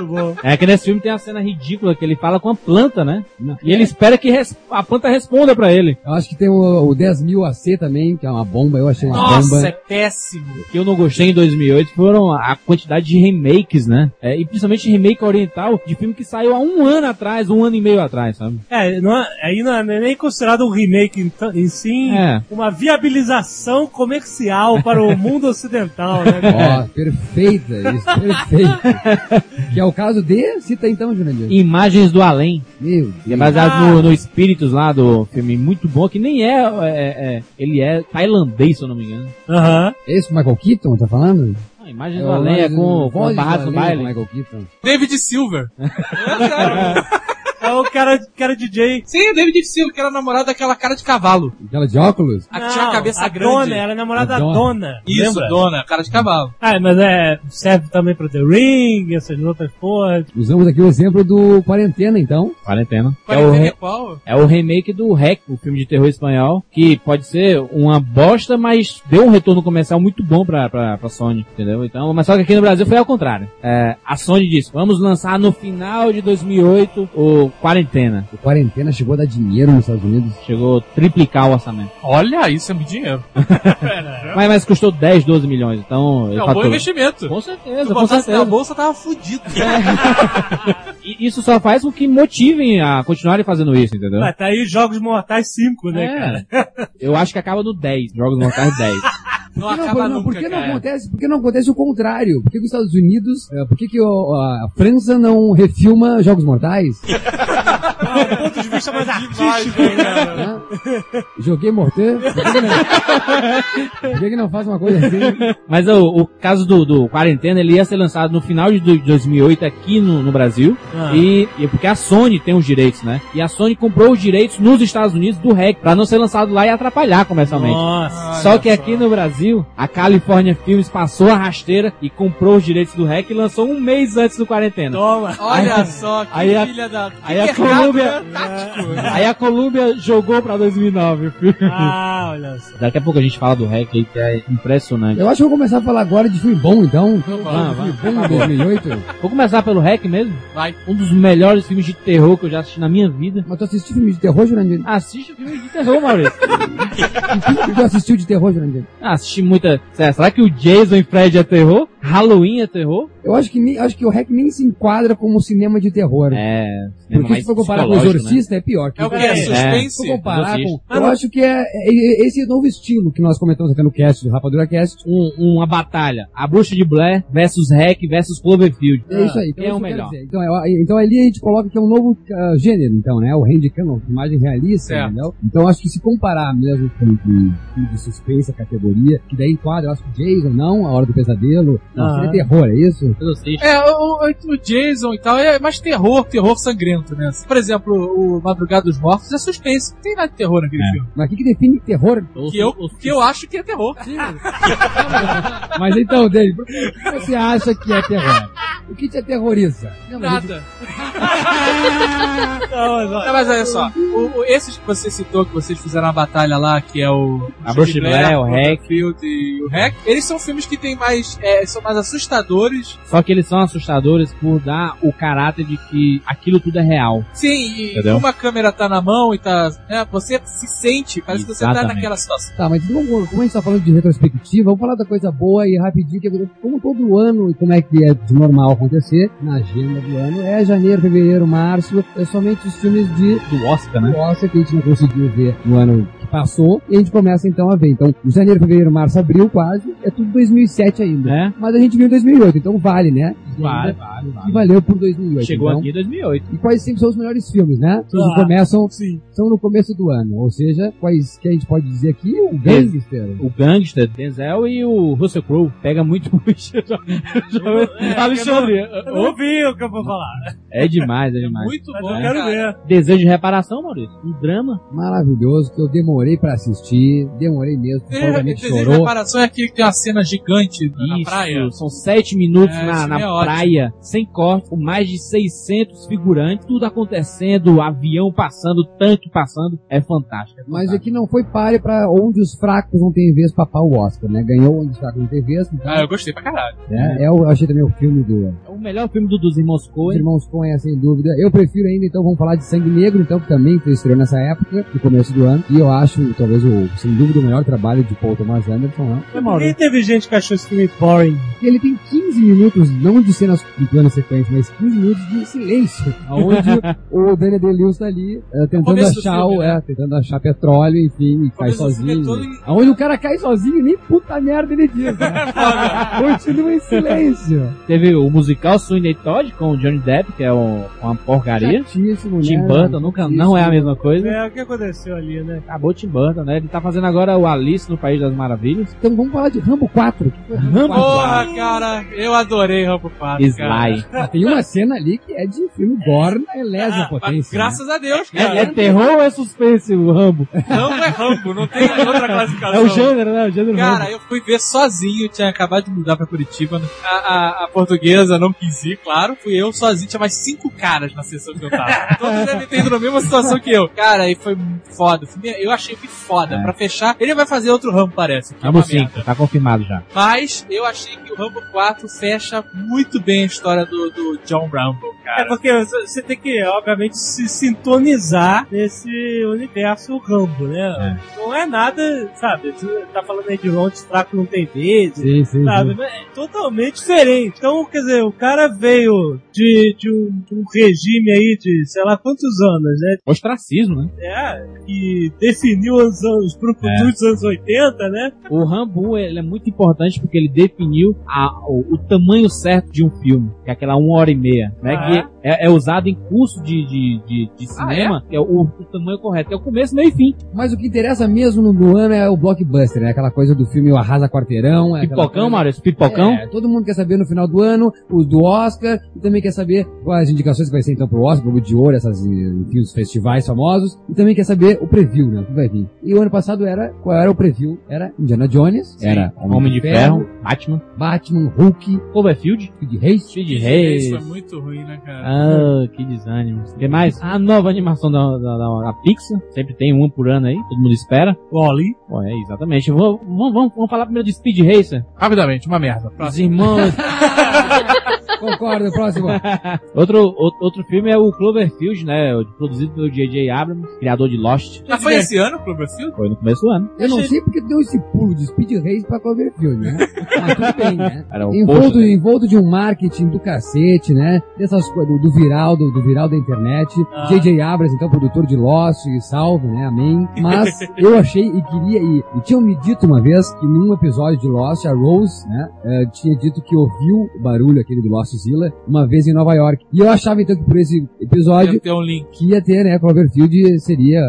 É que nesse filme tem a cena ridícula que ele fala com a planta, né? E ele espera que res- a planta responda pra ele.
É. Eu acho que tem o, o 10 mil AC também, que é uma bomba. Eu achei uma
Nossa, é
bomba.
péssimo.
O que eu não gostei em 2008 foram a quantidade de remakes, né? É, e principalmente remake oriental de filme que saiu há um ano atrás, um ano e meio atrás, sabe?
É, não é- aí não é nem considerado um remake em, t- em si,
É.
uma viabilização comercial para o mundo ocidental, né?
*laughs*
cara?
Ó,
É.
perfeita, isso, perfeita. que é o caso de. Cita então, Jurandir.
Imagens do Além.
Meu
Ele é baseado no, no Espíritos lá do filme muito bom, que nem é, é- é- Ele é tailandês, se eu não me engano.
Aham.
é esse o Michael Keaton, tá falando?
Ah, Imagens do Além é com, com o
Vozes do
Barrato no
Além,
baile.
Michael Keaton.
David
*laughs*
Silver. É, cara.
É o cara, cara DJ.
Sim, o David Silver, que era namorado daquela cara de cavalo.
Aquela de óculos?
A que tinha a cabeça
a
grande.
Dona, era a namorada
A
da
dona.
Dona.
Isso,
lembra?
dona, cara de cavalo.
Ah, mas é, serve também pra The Ring, essas outras porras.
Usamos aqui o exemplo do Quarentena, então.
Quarentena. É o,
Quarentena é
re-
qual?
é o remake do REC, o filme de terror espanhol, que pode ser uma bosta, mas deu um retorno comercial muito bom pra, pra, pra Sony, entendeu? Então, mas só que aqui no Brasil foi ao contrário. É, a Sony disse, vamos lançar no final de 2008 o Quarentena.
O Quarentena chegou a dar dinheiro nos Estados Unidos.
Chegou a triplicar o orçamento.
Olha, isso é muito dinheiro.
Mas, mas custou 10, 12 milhões, então... ele
É um bom
faturou.
investimento.
Com certeza, com
Se botasse na
É.
certeza.
bolsa, tava fudido.
E isso só faz com que motivem a continuarem fazendo isso, entendeu?
Ah, tá aí Jogos Mortais 5, né, cara?
É. Eu acho que acaba no 10, Jogos Mortais 10.
Não
Por que não-
acaba
não,
nunca,
por que não
cara.
acontece? Por que não acontece o contrário? Por que, que os Estados Unidos, eh, por que, que o- a França não refilma
*laughs*
Jogos Mortais?
é
Do
um
ponto de vista mais artístico, cara.
né? Joguei Mortais? Por que, que não, por que que não faz uma coisa assim?
Mas o, o caso do, do Quarentena, ele ia ser lançado no final de do- 2008 aqui no, no Brasil.
Ah.
Ah.
E, e é porque a Sony tem os direitos, né? E a Sony comprou os direitos nos Estados Unidos do REC, pra não ser lançado lá e atrapalhar comercialmente.
Nossa.
Só que aqui no Brasil, a California Films passou a rasteira e comprou os direitos do REC e lançou um mês antes do Quarentena.
Toma.
Olha só, que
aí a-
filha da... que
aí a
errado,
Colômbia-
né? Tático.
Aí a Columbia jogou pra 2009 o filme.
Ah, olha só.
Daqui a pouco a gente fala do REC aí, que é impressionante.
Eu acho que eu vou começar a falar agora de filme bom, então. Filme
vamos, vamos.
bom de 2008.
Vou começar pelo REC mesmo.
Vai.
Um dos melhores filmes de terror que eu já assisti na minha vida.
Mas tu assistiu filme de terror, Jurandir?
Assiste filme de terror, Maurício.
Que filme que *laughs* tu assistiu de terror, Jurandir?
Ah, assisti muita. Será será que o Jason e Fred é terror? Halloween é terror?
Eu acho que, nem- acho que o REC nem se enquadra como cinema de terror.
É.
Porque se for comparar com o
né?
Exorcista, é pior.
É o que?
É,
É suspense?
Se for comparar
Exorcista.
com... Eu acho que é, é- é esse novo estilo que nós comentamos até no cast, do Rapadura Cast,
Um, uma batalha. A bruxa de Blair versus Hack versus Cloverfield.
É isso aí.
Quem é
isso
o
que eu quero
melhor?
dizer. Então, é- então ali a gente coloca que é um novo ah, gênero, então, né? O handicam, imagem realista,
Certo.
entendeu? Então acho que se comparar mesmo com o filme de suspense, a categoria, que daí enquadra, eu acho que Jason, não, A Hora do Pesadelo, Não,
Ah.
seria terror, é isso?
É, o, o- o Jason e tal é mais terror, terror sangrento, né? Por exemplo, o Madrugada dos Mortos é suspense. Não tem nada de terror
É.
naquele filme.
Mas o que, que define terror?
Que eu, que eu acho que é terror.
Mas então, David, o que você acha que é terror? O que te aterroriza? Não, mas
Nada. Não, mas olha só, o, o- esses que você citou, que vocês fizeram a batalha lá, que é o.
A Bruxa
é
Blair, É, o Hack.
Field e o Hack, eles são filmes que tem mais. é, são mais assustadores.
Só que eles são assustadores por dar o caráter de que aquilo tudo é real.
Sim, e
Entendeu?
como a câmera tá na mão e tá. né, você se sente, parece que você tá
Exatamente.
naquela situação.
Tá, mas vamos- como a gente tá falando de retrospectiva, vamos falar da coisa boa e rapidinho, que é como todo ano e como é que é de normal acontecer, na agenda do ano é janeiro, fevereiro, março, é somente os filmes de
Do Oscar, né?
Oscar que a gente não conseguiu ver no ano que passou, e a gente começa então a ver. Então, janeiro, fevereiro, março, abril quase, é tudo 2007 ainda.
É.
Mas a gente viu em 2008, então vale, né?
Vale,
vale, E valeu por 2008.
Chegou
então.
aqui em 2008.
E quais sempre são os melhores filmes, né? Que
Ah,
começam, são no começo do ano. Ou seja, quais que a gente pode dizer aqui, o grande mistério.
O Gangster, Denzel e o Russell Crowe. Pega muito *laughs* bicho. Alexandre.
Eu É, não vi o que eu vou falar,
É demais, é demais.
Muito
mas
bom.
eu quero
cara.
ver.
Desejo de reparação, Maurício. Um drama.
Maravilhoso, que eu demorei pra assistir, demorei mesmo,
Desejo- É,
provavelmente
Desejo de
chorou.
reparação é aquele que tem uma cena gigante na
Isso,
praia.
São sete minutos
É,
na,
isso
na
é ótimo.
praia, sem corte, com mais de 600 figurantes, tudo acontecendo, avião passando, tanque passando. É fantástico. é
Mas
fantástico.
aqui não foi pare pra onde os fracos não têm vez papar o Oscar, né? Ganhou onde os fracos não têm vez,
Ah, eu gostei pra caralho.
né? É, eu achei também o filme do
É o melhor filme do, dos irmãos
Os
Coen.
irmãos Coen, é sem dúvida. Eu prefiro ainda, então, vamos falar de Sangue Negro, então, que também foi estreou nessa época, no começo do ano. E eu acho, talvez, o, sem dúvida, o melhor trabalho de Paul Thomas Anderson, né?
Mas Por que É, teve gente que achou esse filme boring?
E ele tem 15 minutos, não de cenas em plano sequência, mas 15 minutos de silêncio,
*laughs*
onde o Daniel Day-Lewis tá ali é, tentando
começo do
achar,
filme,
o-
né?
é, tentando achar petróleo, enfim, e cai
Começou esse filme é
sozinho.
todo em-
Aonde o cara cai sozinho, nem puta merda ele diz. Né?
*laughs*
Continua em silêncio.
Teve o musical Sweeney Todd com o Johnny Depp, que é um- uma porcaria.
Chatíssimo,
Tim
né?
Burton nunca, não é a mesma coisa.
É, o que aconteceu ali, né?
Acabou o Tim Burton, né? Ele tá fazendo agora o Alice no País das Maravilhas.
Então vamos falar de Rambo 4. que foi Rambo 4.
Porra, cara, eu adorei Rambo 4. cara.
Sly.
Ah, Tem uma cena ali que é de filme Gore na
Ah,
elésima
Mas,
potência. né?
graças a Deus,
Ah, É,
cara.
é terror ou é suspense o Rambo?
Não é Rambo, não tem
*laughs*
outra
É
classificação.
o gênero, né? O gênero
Cara, eu fui ver sozinho, tinha acabado de mudar pra Curitiba. né? A, a- a portuguesa não quis ir, claro. Fui eu sozinho, tinha mais cinco caras na sessão que
*laughs*
eu tava. Todos devem ter ido na mesma situação que eu. Cara, e foi foda. o filme- Eu achei que foda.
É.
Pra fechar, ele vai fazer outro Rambo, parece. que é
Rambo
uma merda.
5, tá confirmado já.
Mas eu achei que o Rambo 4 fecha muito bem a história do, do John Rambo,
É
cara.
porque você você tem que, obviamente, se sintonizar nesse universo Rambo, né? Não é nada, sabe? Você tá falando aí de Ronde Fraco não tem vez,
Sim, sim, sim.
sabe? Mas É totalmente diferente. Então, quer dizer, o cara veio de, de um, de um regime aí de sei lá quantos anos, né?
Ostracismo, né?
É, que definiu os, anos- os
É.
brucutus dos anos 80, né?
O Rambo ele é muito importante porque ele definiu a- o, o tamanho certo de um filme, que é aquela uma hora e meia, né?
Ah,
Que é, é usado em curso de, de, de, de cinema, que é o, o tamanho correto, que é o começo, meio e fim.
Mas o que interessa mesmo no, no ano é o blockbuster, né? Aquela coisa do filme O Arrasa Quarteirão. É aquela
Pipocão,
coisa-
Maurício, pipocão.
É, todo mundo quer saber no final do ano, os do Oscar, e também quer saber quais as indicações que vai ser então pro Oscar, Globo de Ouro, essas, eh, enfim, os festivais famosos, e também quer saber o preview, né, o que vai vir. E o ano passado era, qual era o preview? Era Indiana Jones, era
Homem, de Ferro, Batman,
Batman, Hulk,
Cloverfield,
Speed Race,
Speed
Isso foi
Race.
muito ruim, né, cara?
Ah, que desânimo. O que mais? A nova animação da, da, da, da Pixar. Sempre tem uma por ano aí, todo mundo espera.
Wally.
Pô, é, exatamente. Vamos, vamos, vamos- vamos falar primeiro de Speed Racer.
Rapidamente, uma merda.
Os irmãos
concordo,
*laughs*
próximo.
Outro, outro, outro filme é o Cloverfield, né? Produzido pelo J.J. Abrams, criador de Lost.
Mas foi esse ano, Cloverfield?
Foi no começo do ano.
Eu não sei porque deu esse pulo de Speed Race pra Cloverfield, né? Mas tudo bem, né?
Era o
Envolto,
posto, né?
envolto de um marketing do cacete, né? Dessas coisas, do, do viral, do, do viral da internet.
Ah.
J.J. Abrams, então, produtor de Lost, e salve, né? Amém.
*laughs*
Mas eu achei e queria, e, e tinham me dito uma vez que num episódio de Lost, a Rose, né? eh, tinha dito que ouviu o barulho aquele do Lost a Suzila uma vez em Nova York. E eu achava então que por esse episódio
Tem, tem um link.
que ia ter, né, Cloverfield seria,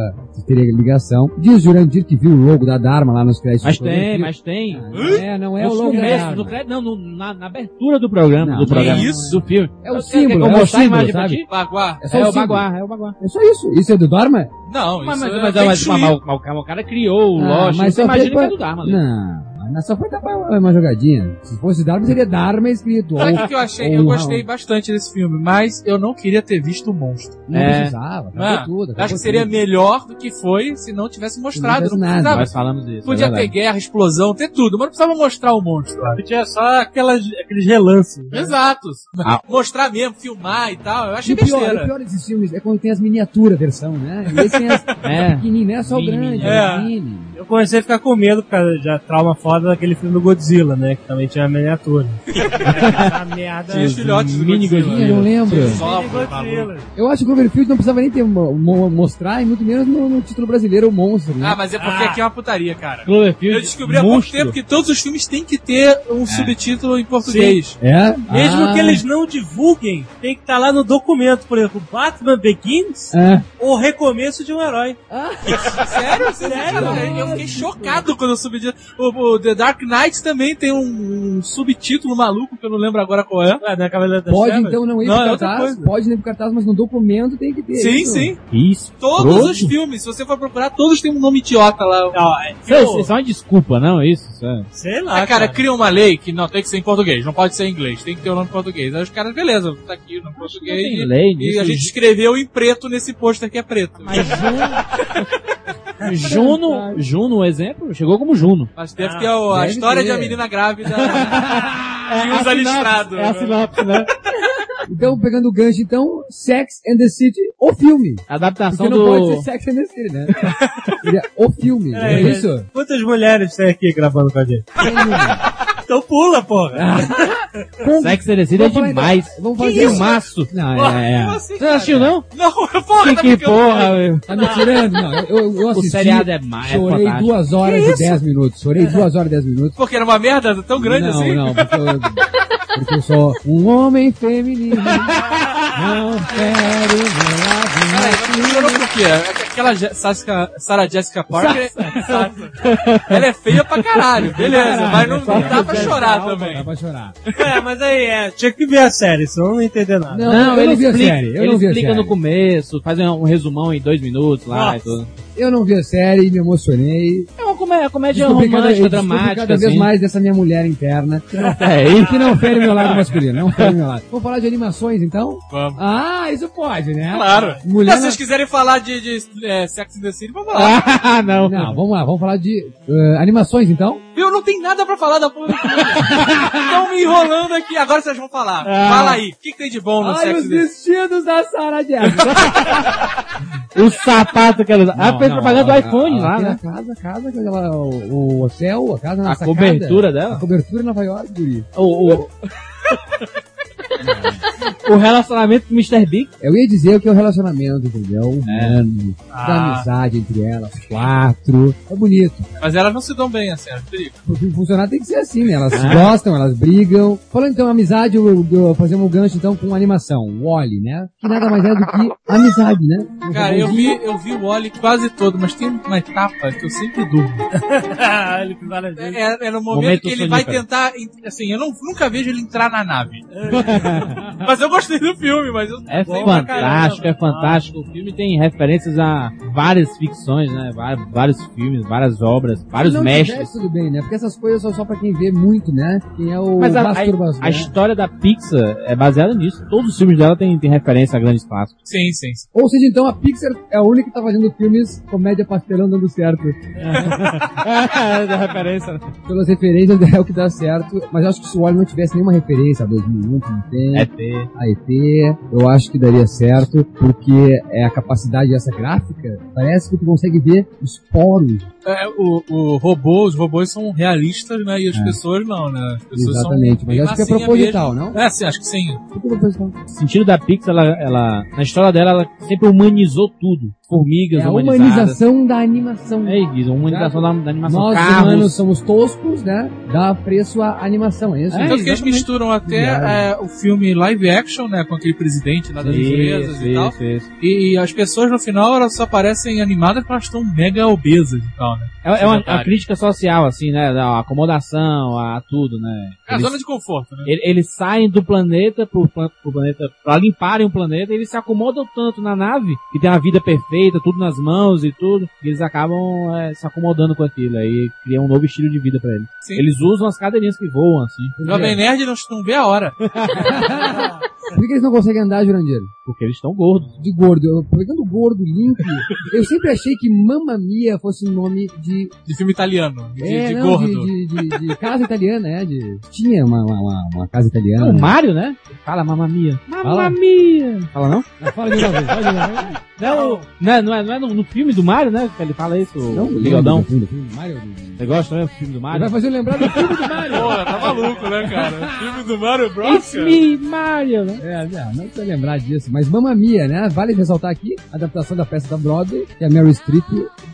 teria ligação. Diz Jurandir que viu o logo da Dharma lá nos créditos.
Mas
do Cloverfield.
tem, mas tem.
Ah, não é, não é o
Nos
logo da
começos, no
Dharma.
crédito, não, no- na, na abertura do programa.
Não,
do
não
programa.
é isso.
Do filme.
É o
Você quer que eu
símbolo, é o
mostre a
símbolo,
imagem pra
sabe?
ti?
Baguá.
É só
É
o
o
símbolo.
Baguá, é o Baguá.
É só isso. Isso é do Dharma?
Mas, mas,
Não, isso é
mas,
feng
mas, mas,
shui.
mas o- mas o cara criou o
Ah,
Lost.
mas
Você
só
imagina
tem-
que é do Dharma, né?
Não, mas só foi dar uma, uma jogadinha. Se fosse Dharma, seria Dharma escrito.
Sabe o
ou-
que que eu achei?
ou
Eu
Raul.
gostei bastante desse filme, mas eu não queria ter visto o monstro.
Não
É.
precisava, acabou
Ah,
tudo.
Acho
acabou
que seria
tudo.
melhor do que foi se não tivesse mostrado.
tivesse
Não
nada.
precisava.
Nós falamos disso.
Podia
é
ter
verdade.
guerra, explosão, ter tudo, mas não precisava mostrar o monstro.
Tinha só aquelas, aqueles relances. né?
Exato.
Ah.
*laughs* Mostrar mesmo, filmar e tal. Eu
E
achei
o pior,
besteira.
o pior desses filmes é quando tem as miniaturas versão, né? E esse tem as
*laughs* É.
pequenininhas, não é só o
Mini,
grande,
mini.
é
É.
o mini.
Eu comecei a ficar com medo, por causa já trauma foda daquele filme do Godzilla, né? Que também tinha
*laughs*
miniatura. a merda.
Tinha os filhotes do
Mini
Godzilla.
Eu não lembro.
Mini
Só, maluco.
Godzilla.
Eu acho que o Overfield não precisava nem ter mo- mo- mostrar, e muito menos no, no título brasileiro, o monstro, né?
Ah, mas é porque aqui é uma putaria, cara.
Cloverfield.
Eu descobri há pouco
monstro. É.
tempo que todos os filmes têm que ter um subtítulo em português.
É?
Mesmo
Ah,
que eles não divulguem, tem que
tá
estar lá no documento, por exemplo, Batman Begins
é.
ou Recomeço de um Herói.
Sério?
É,
Sério?
Sério?
Eu fiquei chocado quando eu subtítulo. O, o The Dark Knight também tem um, um subtítulo maluco que eu não lembro agora qual é.
Ué, não é Cavaleiro das
Pode
Trevas?
então não ir
Não, é
pro
outra
cartaz,
coisa.
pode não ir pro cartaz, mas no documento tem que ter.
sim,
isso.
sim.
Isso.
Todos
Pronto.
os filmes, se você for procurar, todos têm um nome idiota lá.
Não, é,
Isso é, isso é uma desculpa, não? Isso? isso é-
sei lá,
Ah, cara, cria uma lei que não, tem que ser em português, não pode ser em inglês, tem que ter o nome em português. Aí os caras, beleza, tá aqui no português.
tem
e-
lei
e
nisso,
a gente
gente.
escreveu em preto nesse pôster que é preto. Mas,
Juno, Juno, o exemplo, chegou como Juno.
Ah,
deve ter o- a
deve
história
ter.
de uma menina grávida que usa listrado.
É a sinopse, né?
Então, pegando o gancho, então, Sex and the City, o filme.
Adaptação
Porque não pode
do.
ser Sex and the
*laughs*
City, né? Seria o filme, não é,
É, é.
isso?
Quantas mulheres tem aqui gravando com a gente? Então pula, porra.
Com-
Sex and the City é
Vamos falar
demais.
então, vamos falar
Que
disso.
maço. Não,
Porra,
é, é.
como assim,
Você não
cara?
assistiu, não?
Não, porra,
Que,
tá
que
ficando
porra, meu.
Tá me tirando? Não, eu, eu- eu
O
assisti.
seriado é mais. É
Chorei
fantástico.
duas horas e dez minutos. Chorei duas horas e dez minutos.
Porque era uma merda tão grande
não,
assim?
Não, porque eu, porque eu sou um homem feminino. Não quero
Peraí,
ver
mas melhorou por quê? É Aquela Je- Sasca- Sarah Jessica Parker, *laughs* ela é feia pra caralho, beleza, mas não, não dá pra chorar
Dá
também.
pra chorar.
É, mas aí, é, tinha que ver a série, senão eu não entender nada.
Não, eu
ele
não vi a
explica,
série. Eu
ele
não vi a
explica
série.
no começo, faz um, um resumão em dois minutos lá e
Nossa.
tudo.
Eu não vi a série, me emocionei.
É uma comédia, comédia
Descobri cada-
romântica,
descobri
dramática,
cada vez
assim.
mais dessa minha mulher interna. Que não,
É, e-
que não fere meu lado masculino. Não fere meu lado. Vamos falar de animações, então?
Vamos.
Ah, isso pode, né?
Claro.
Mulher
Se
na-
vocês quiserem falar de, de, é, Sex and the City, vamos falar.
Ah, não.
Não, vamos lá. Vamos falar de eh, animações, então?
Eu não tenho nada pra falar da porra do filme.
*laughs*
Estão me enrolando aqui, agora vocês vão falar.
Ah.
Fala aí, o que, que tem de bom no
Ai,
Sex and
os
the City?
vestidos da Sarah Jessica.
O sapato que ela usa. Ah,
Não,
fez
não,
propaganda do
ela-
iPhone
ela
lá,
tem
né?
A casa, a casa, que ela- o, o hotel, a casa na
A
sacada.
cobertura dela?
A cobertura em Nova York, guri.
O, *laughs* o... o relacionamento com o Mr. Big.
Eu ia dizer que é o relacionamento, entendeu? Humano, da
Ah.
amizade entre elas, quatro. É bonito.
Mas elas não se dão bem, assim, é perigo.
Pro filme funcionar tem que ser assim, né? Elas gostam, elas brigam. Falando então amizade, eu, eu fazer um gancho então com animação. Wally, né? Que nada mais é do que amizade, né? Um
Cara, eu vi,
robôzinho.
eu vi o Wally quase todo, mas tem uma etapa que eu sempre durmo.
Ele que várias vezes.
É, é no momento,
Momento
que ele vai
sonífero.
tentar. Assim, eu não, nunca vejo ele entrar na nave. mas eu gostei do filme, mas eu.
É
Bom pra
fantástico, é fantástico. O filme tem referências a várias ficções, né? Va- Vários filmes, várias obras, vários
Se não
mestres.
tivesse, tudo bem, né? Porque essas coisas são só pra quem vê muito, né? Quem é o
Mas a, a,
masturbação.
a história da Pixar é baseada nisso. Todos os filmes dela têm, têm referência a grandes clássicos.
Sim, sim. sim.
Ou seja, então a Pixar é a única que tá fazendo filmes comédia pastelão
*laughs*
dando certo.
da referência. né?
Pelas referências é o que dá certo, mas eu acho que se o Wally não tivesse nenhuma referência a 2001, que não um, tem,
É ter.
a ET, eu acho que daria certo, porque é a capacidade dessa gráfica, parece que tu consegue ver os poros.
É, o, o robô, os robôs são realistas, né? E as pessoas não, né? As pessoas
Exatamente,
são. bem
mas eu acho que é
massinha
proposital,
mesmo. É, sim, acho que sim.
não? Por que proposital?
O sentido da Pixar, ela, ela- na história dela, ela sempre humanizou tudo.
É
Formigas
a
humanizadas.
humanização da animação.
É isso, humanização da, da animação.
Nós
Carros.
humanos somos toscos, né? Dá preço à animação, é isso?
É,
Tanto Então, que eles
exatamente.
misturam até
Viagem.
é, o filme live action, né? Com aquele presidente lá das empresas
Isso,
e tal.
isso, isso.
E as pessoas no final elas só aparecem animadas porque elas estão mega obesas e tal, né?
É, é uma,
Otário.
uma crítica social, assim, né? A acomodação, a tudo, né?
É a
Eles-
zona de conforto, né?
Ele- Eles saem do planeta pro, plan- pro planeta pra limparem o planeta, eles se acomodam tanto na nave que tem a vida perfeita, tudo nas mãos e tudo, que eles acabam é, se acomodando com aquilo aí, cria um novo estilo de vida pra eles.
Sim.
Eles usam as cadeirinhas que voam assim.
Jovem Nerd não, não vê
*laughs*
a hora.
Por que que eles não conseguem andar, Jurandir?
Porque eles estão gordos.
De gordo. Eu, pegando gordo, limpo, eu sempre achei que Mamma Mia fosse um nome de
De filme italiano, de,
É,
de
não,
gordo.
De, de- de- de casa italiana, é. De... Tinha uma, uma- uma- uma casa
É
italiana.
o Mario, né? Fala mamamia. Mamamia. Fala não?
Não, fala de novo, fala de novo.
Não, não é, não é, não é no, no filme do Mario, né? Que ele fala isso,
Não,
o bigodão.
fundo, fundo, Mario. Ele
Você gosta também do filme do
vai
Mario?
fazer eu lembrar do filme do Mario.
Pô, tá maluco, né, cara? filme do Mario Bros.
It's
cara.
me, Mario, né?
É, não, não precisa lembrar disso. Mas Mamma Mia, né? Vale ressaltar aqui a adaptação da peça da Broadway, que a Mary Streep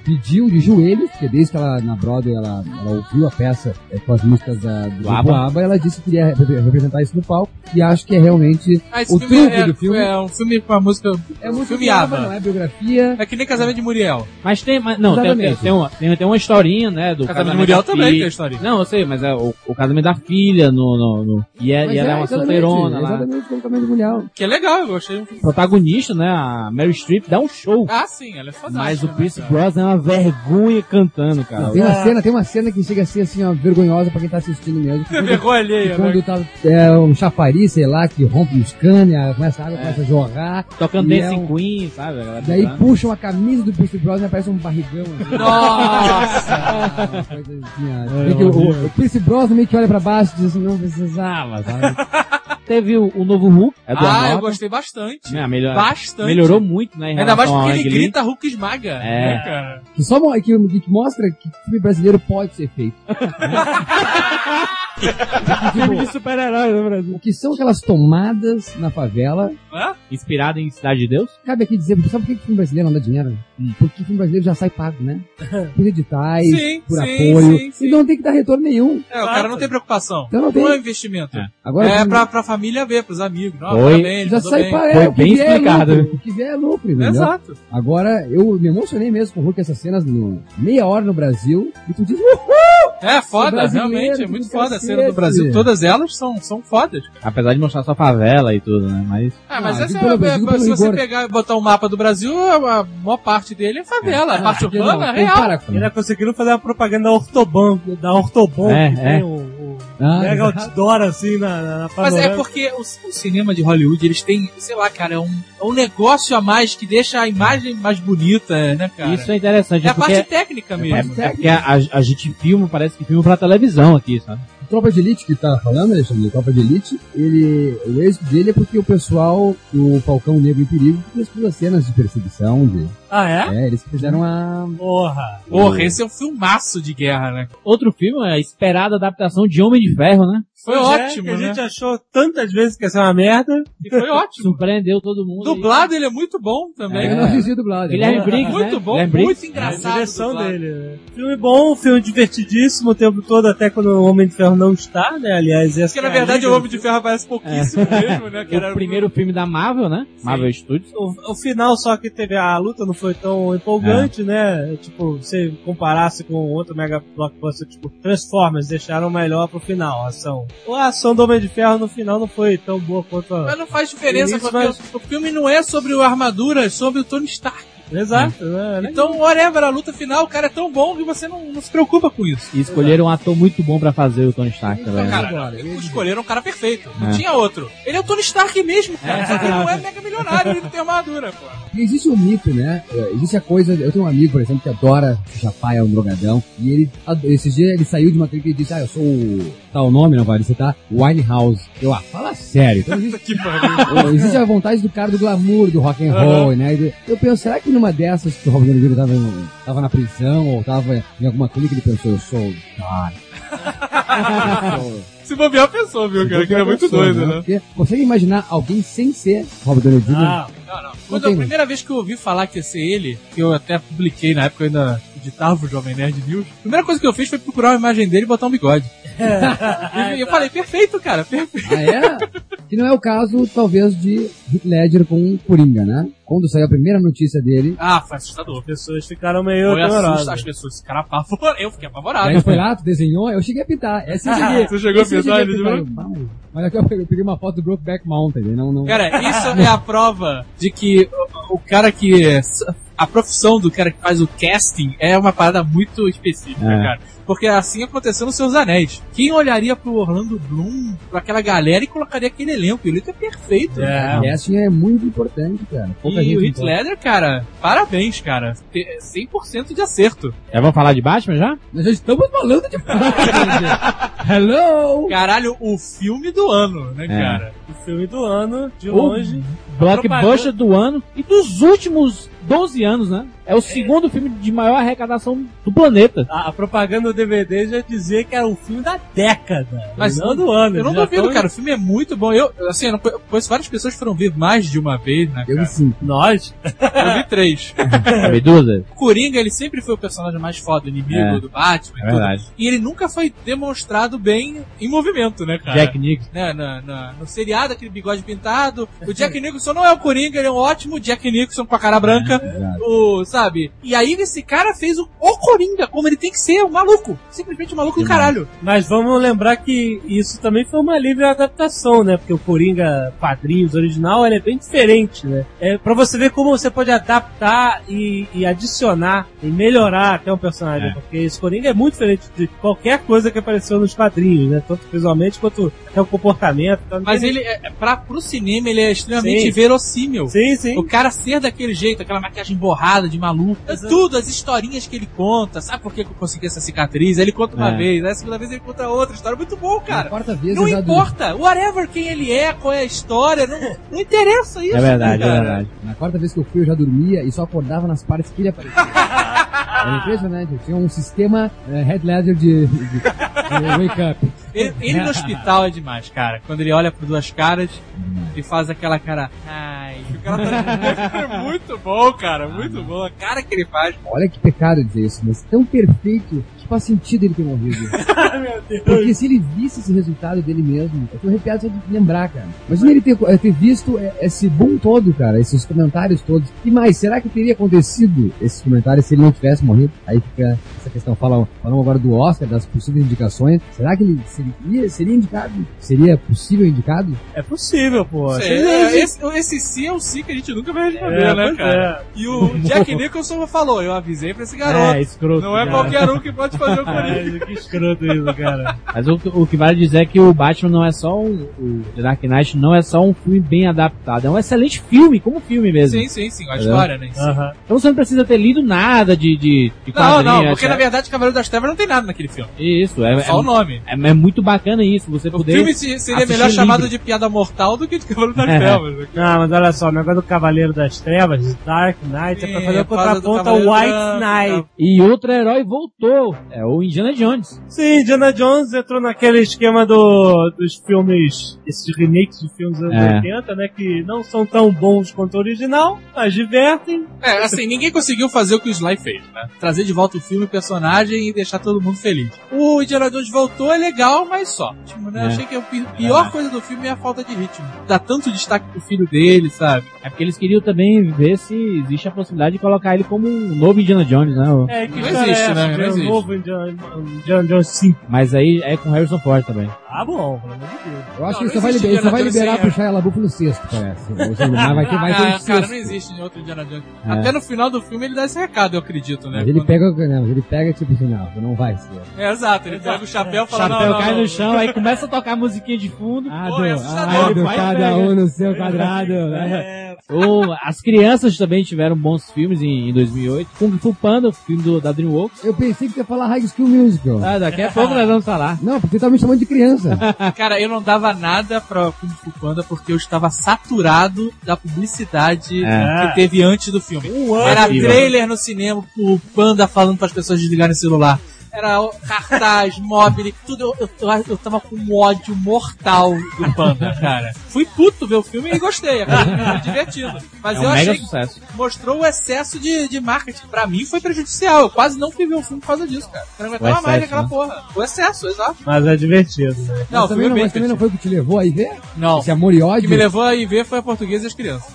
pediu de joelhos, porque desde que ela, na Broadway, ela, ela ouviu a peça é, com as músicas da, do
ABBA.
Abba. ABBA, ela disse que queria repre- representar isso no palco, e acho que é realmente...
Ah, esse
O
filme
truque
é,
do filme-
é um filme com a música. um
É música
Filme
de ABBA,
ABBA.
não é biografia.
É que nem Casamento de Muriel.
Mas tem, mas, não, tem, tem,
Exatamente.
tem uma, tem, tem uma historinha, né? Do
Casamento de Muriel
da
também
filha.
tem a história.
Não, eu sei, mas é o, o casamento da filha no. no, no- e é-
Mas
e ela é, uma
exatamente,
solteirona lá.
Exatamente, como também do Mundial.
Que é legal, eu achei um filme.
Protagonista, né? A Mary Streep dá um show.
Ah, sim, ela é fantástica.
mas o
né,
Prince
cara?
Bros é uma vergonha cantando, cara.
Tem uma cena, tem uma cena que chega a ser assim, ó, vergonhosa pra quem tá assistindo mesmo. Que
Você
quando,
vergonha
que
alheia, né?
quando tá é, um chafariz, sei lá, que rompe os canos, começa a água, começa a jorrar.
É. Tocando
E é
Dancing
um-
Queen, sabe? A galera
Daí
cantando.
puxam a camisa do Prince Bros e aparece um barrigão.
*laughs*
Assim.
Nossa!
Ah, uma coisa assim, ó. Meio que o, o Prince Bros meio que olha pra baixo e diz assim, não precisava, sabe?
*laughs* Teve o, o novo Hulk, é do
ah, eu
Arnaldo.
gostei bastante.
Né, melhor-
Bastante.
Melhorou muito, né? em
Ainda mais
relação ao
porque ele
Ang Lee.
grita Hulk esmaga.
É.
né, cara?
Que só mo- que, que mostra que filme brasileiro pode ser feito.
Filme de super-herói no Brasil.
O que são aquelas tomadas na favela
Inspirado em Cidade de Deus?
Cabe aqui dizer, sabe por que que filme brasileiro não dá dinheiro? Porque filme brasileiro já sai pago,
*laughs*
né? Por editais,
Sim,
por
sim,
apoio.
sim, sim.
Então não tem que dar retorno nenhum.
É, o cara não tem preocupação.
Então não tem.
é um investimento.
Agora
É
filme
pra, pra família ver, pros amigos. Não,
Foi.
parabéns,
já
mandou
sai
bem.
pago. É,
Foi
o que
bem
vier
explicado.
É lucro, o que vier é lucro, entendeu?
Exato.
Agora, eu me emocionei mesmo com o Hulk, essas cenas no meia hora no Brasil, e tu diz, uhul!
É foda,
Brasileiro,
realmente. É
do
muito foda a
cacete.
cena do Brasil. Todas elas são, são fodas.
Apesar de mostrar só favela e tudo, né? Mas.
Ah, mas
Ah,
essa
digo pelo-
é,
digo pelo
se você
rigor.
pegar e botar um mapa do Brasil, a, a maior parte dele é favela. A
Ah,
parte urbana é
Não,
real.
para com-
Ainda conseguiram fazer uma propaganda da Ortoban, da Ortobon,
É,
que
é.
tem o, o
Ah,
mega outdoor assim na, na, na
Mas é
panorâmica.
porque o, o cinema de Hollywood, eles têm, sei lá, cara, é um, é um negócio a mais que deixa a imagem mais bonita, né, cara?
Isso é interessante,
é a
porque.
parte técnica mesmo.
É porque a, a gente filma, parece que filma pra televisão aqui, sabe?
Tropa de Elite que tá falando, Alexandre, Tropa de Elite, ele, o êxito dele é porque o pessoal do Falcão Negro em Perigo fez as cenas de perseguição, de,
Ah, é?
é, eles fizeram a...
Porra.
Porra, esse é um filmaço de guerra, né?
Outro filme é a esperada adaptação de Homem de Ferro, né?
Foi
Pois é,
ótimo,
que A
né?
gente achou tantas vezes que ia ser uma merda.
E foi ótimo.
Surpreendeu todo mundo.
Dublado, ele é muito bom também. né?
Eu não assisti dublado.
Guilherme Briggs, né?
Muito bom,
Guilherme Briggs.
muito
A
engraçado.
direção
dublado.
dele. né? Filme bom, filme divertidíssimo o tempo todo, até quando o Homem de Ferro não está, né? Aliás, essa
Acho que na
é a
verdade o
liga-
Homem de Ferro aparece um pouquíssimo mesmo, né? Que era
é O primeiro filme da Marvel, né? Marvel Studios.
O, o final só que teve a luta não foi tão empolgante, né? Tipo, se comparasse com outro mega blockbuster, tipo Transformers, deixaram melhor pro final a ação. A ação do Homem de Ferro no final não foi tão boa quanto a...
Mas não faz diferença,
Isso,
porque o filme não é sobre o armadura, é sobre o Tony Stark.
Exato, né?
Então, whatever, a luta final, o cara é tão bom que você não, não se preocupa com isso.
E escolheram um ator muito bom pra fazer o Tony Stark também.
Então,
né?
cara, eles escolheram um cara perfeito. Não tinha outro. Ele é o Tony Stark mesmo, cara. Só que ele não é mega milionário, ele não tem armadura, pô.
E existe um mito, né? É, Existe a coisa. Eu tenho um amigo, por exemplo, que adora Japá, é um drogadão. E ele, ad- esses dias, ele saiu de uma clipe e disse: Ah, eu sou o. Tá o nome, não vale? Você tá? Winehouse. Eu, ah, fala sério.
*laughs*
Então existe, Eh, *laughs* existe a vontade do cara do glamour, do rock and roll, né? E de- Eu penso, será que numa dessas que o Robert Downey Jr. tava, em- tava na prisão ou tava em alguma clínica, ele pensou: Eu sou o cara. Eu sou-
*laughs* Se bobear, pensou, viu, cara? Que ele é muito
eu sou,
doido, né?
Porque consegue imaginar alguém sem ser Robert Downey
*laughs*
Jr.?
Ah,
Quando é a
tem.
primeira vez que eu ouvi falar que ia ser ele, que eu até publiquei na época, eu ainda editava o Jovem Nerd News, a primeira coisa que eu fiz foi Ah, tá.
é,
procurar uma imagem dele e botar um bigode. e eu falei, perfeito, cara, perfeito.
Ah, é? Que não é o caso, talvez, de Heath Ledger com Coringa, né? Quando saiu a primeira notícia dele,
Ah, foi assustador.
pessoas ficaram meio
Foi assustador. As
temerosas.
pessoas ficaram apavoradas. Eu fiquei apavorado.
aí foi lá, tu desenhou, eu cheguei a
*laughs*
pintar. Essa eu cheguei,
Tu chegou a
essa eu
pintar
cheguei
ele
pintar. Mas aqui eu peguei- eu peguei uma foto do Brokeback Mountain, né? não, não...
Cara, isso é a prova de que o, o cara que. é A profissão do cara que faz o casting é uma parada muito específica,
É.
cara. Porque assim aconteceu nos seus anéis. Quem olharia pro Orlando Bloom, pra aquela galera e colocaria aquele elenco? O elenco é perfeito.
É, o casting é muito importante, cara. Pouca
E
gente
o Heath
entende.
Ledger, cara, parabéns, cara. Te- 100% de acerto.
Já É, vamos falar de Batman já?
Nós já estamos falando tá de Batman.
*laughs*
gente. Hello!
Caralho, o filme do ano,
É.
né,
Oh,
cara?
O filme do ano, de longe.
tá
Blockbuster do ano e dos últimos 12 anos, né? É o segundo filme de maior arrecadação do planeta.
A, a propaganda do DVD já dizia que era o filme da década. Mas
Mas
não do ano.
Eu não
já
duvido,
tão-
cara. O filme é muito bom. Eu, assim, eu não co- conheço várias pessoas que foram ver mais de uma vez, né,
Eu
cara?
sim.
Nós?
*laughs* Eu vi três.
A Medusa.
O Coringa, ele sempre foi o personagem mais foda, inimigo
É.
do Batman e
É
tudo.
verdade.
E ele nunca foi demonstrado bem em movimento, né, cara?
Jack Nicholson.
Né, na, na- no seriado, aquele bigode pintado. O Jack Nicholson não é o Coringa, ele é um ótimo Jack Nicholson com a cara branca.
verdade.
o, sabe? E aí esse cara fez o, o Coringa, como ele tem que ser, o maluco. Simplesmente o maluco do caralho.
Mas vamos lembrar que isso também foi uma livre adaptação, né? Porque o Coringa quadrinhos original ele é bem diferente, né? É para você ver como você pode adaptar e, e adicionar e melhorar até um personagem, porque esse Coringa é muito diferente de qualquer coisa que apareceu nos quadrinhos, né? Tanto visualmente quanto até o comportamento. Então, não
Mas
tem-
ele, é, é pra, pro cinema, ele é extremamente
Sim.
verossímil.
Sim, sim.
O cara ser daquele jeito, aquela maquiagem borrada de maluco, é tudo, as historinhas que ele conta, sabe por que que eu consegui essa cicatriz? Aí Ele conta uma
É.
vez, aí a segunda vez ele conta outra história, muito bom,
Na
cara.
quarta vez
Não
eu já du-
importa, whatever quem ele é, qual é a história, não, não interessa isso.
É verdade,
né,
é
cara?
verdade.
Na quarta vez que eu fui, eu já dormia e só acordava nas partes que
*laughs*
ele aparecia. Era impressionante. Eu tinha um sistema eh, Head Ledger de, de- de wake up.
Ele, ele no hospital é demais, cara. Quando ele olha por duas caras
Hum.
e faz aquela cara. Ai, o cara tá É muito bom, cara,
Ah.
muito bom. A cara que ele faz.
Olha que pecado dizer isso, mas tão perfeito que faz sentido ele
*laughs*
ter morrido. Porque se ele visse esse resultado dele mesmo, eu tô arrepiado só de lembrar, cara. Imagina ele ter, eh, ter visto eh, esse boom todo, cara, esses comentários todos. E mais, será que teria acontecido esses comentários se ele não tivesse morrido? Aí fica essa questão. Falam, falam agora do Oscar, das possíveis indicações. Será que ele seria, seria indicado? Seria possível indicado?
É possível, pô. Sim,
É,
sim.
esse, esse sim é um sim que a gente nunca vai responder,
É,
né,
pois
cara?
é.
E o
*laughs*
Jack Nicholson falou, eu avisei pra esse garoto.
É, escroto.
não é
cara.
qualquer um que
*laughs*
pode fazer o Coringa.
Caralho, que escroto isso, cara.
Mas o, o que vale dizer é que o Batman não é só um. O The Dark Knight não é só um filme bem adaptado. É um excelente filme, como filme mesmo.
Sim, sim, sim, a história, né?
Aham.
Então você não precisa ter lido nada de, de, de
Não, não,
quadrinhos,
é.
porque na
etc.
verdade Cavaleiro das Trevas não tem nada naquele filme.
Isso, é,
É só o
é,
nome.
é, é muito bacana isso. Você
O
poder.
filme se- seria
assistir
melhor chamado
livre.
de Piada Mortal do que de Cavaleiro das
É.
Trevas. né?
Não, mas olha só, o negócio do Cavaleiro das Trevas, Dark Knight, é pra
Sim,
fazer o
por causa do
contraponto ao
Cavaleiro
White
Branco,
Knight.
E outro herói voltou. É o Indiana Jones.
Sim, Indiana Jones entrou naquele esquema do, dos filmes, esses remakes de filmes dos anos
É.
80, né, que não são tão bons quanto o original, mas divertem.
É, assim, ninguém conseguiu fazer o que o Sly fez, né? Trazer de volta o filme, o personagem e deixar todo mundo feliz. O Indiana Jones voltou, é legal, mas só. Tipo, né?
É.
Achei que a pi- pior coisa do filme é a falta de ritmo. Dá tanto destaque pro filho dele, sabe?
É porque eles queriam também ver se existe a possibilidade de colocar ele como um novo Indiana Jones, né? O-
É, que
Não
história
existe,
é essa
né?
de
Não
um
existe.
novo Indiana, Indiana Jones 5.
Mas aí é com Harrison Ford também.
Ah, bom, pelo amor de Deus.
Eu
Não,
acho que ele só
não
vai,
existe
liber, ele só
Indiana
vai
Jones
liberar
sem-
pro Shia LaBeouf no sexto, parece. Ou seja, Mas vai ter, vai ter um
Ah, cara, não
sexto.
existe outro Indiana Jones.
É.
Até no final do filme ele dá esse recado, eu acredito, né?
Mas ele
Quando-
pega, né, mas ele pega tipo assim, não, não vai ser.
É, exato, ele pega o chapéu e fala,
é. chapéu
não, não,
cai
não.
no chão, aí começa a tocar musiquinha de fundo.
Ah,
Pô,
do,
é assustador,
ah,
ele
do
vai e
cada
pega.
um no seu quadrado.
É.
né?
Ou as crianças também tiveram bons filmes em, em 2008. Kung Fu Panda, o filme do, da DreamWorks.
Eu pensei que você ia falar High School Musical.
Ah, daqui a pouco nós vamos falar.
Não, porque você tá me chamando de criança.
Cara, eu não dava nada pra Kung Fu Panda porque eu estava saturado da publicidade
É.
que teve antes do filme.
Um ano.
Era
Horrível.
trailer no cinema, o Panda falando para as pessoas desligarem o celular. era o
*laughs*
cartaz, móvel, tudo. Eu, eu, eu tava com um ódio mortal do Panda, cara. Fui puto ver o filme e gostei. Foi divertido. Mas
É
eu
um
achei
mega
que
sucesso.
mostrou o excesso de, de marketing. Pra mim foi prejudicial. Eu quase não fui ver o filme por causa disso, cara. Eu não aguentava
excesso,
mais aquela
né?
porra. O excesso, exato.
Mas é divertido, né?
Não, o
mas
filme
também,
é
não,
bem
mas também não
divertido.
foi o que te levou a ir ver?
Não.
Esse amor e
O que me
ódio?
levou a ir ver foi a portuguesa e as crianças.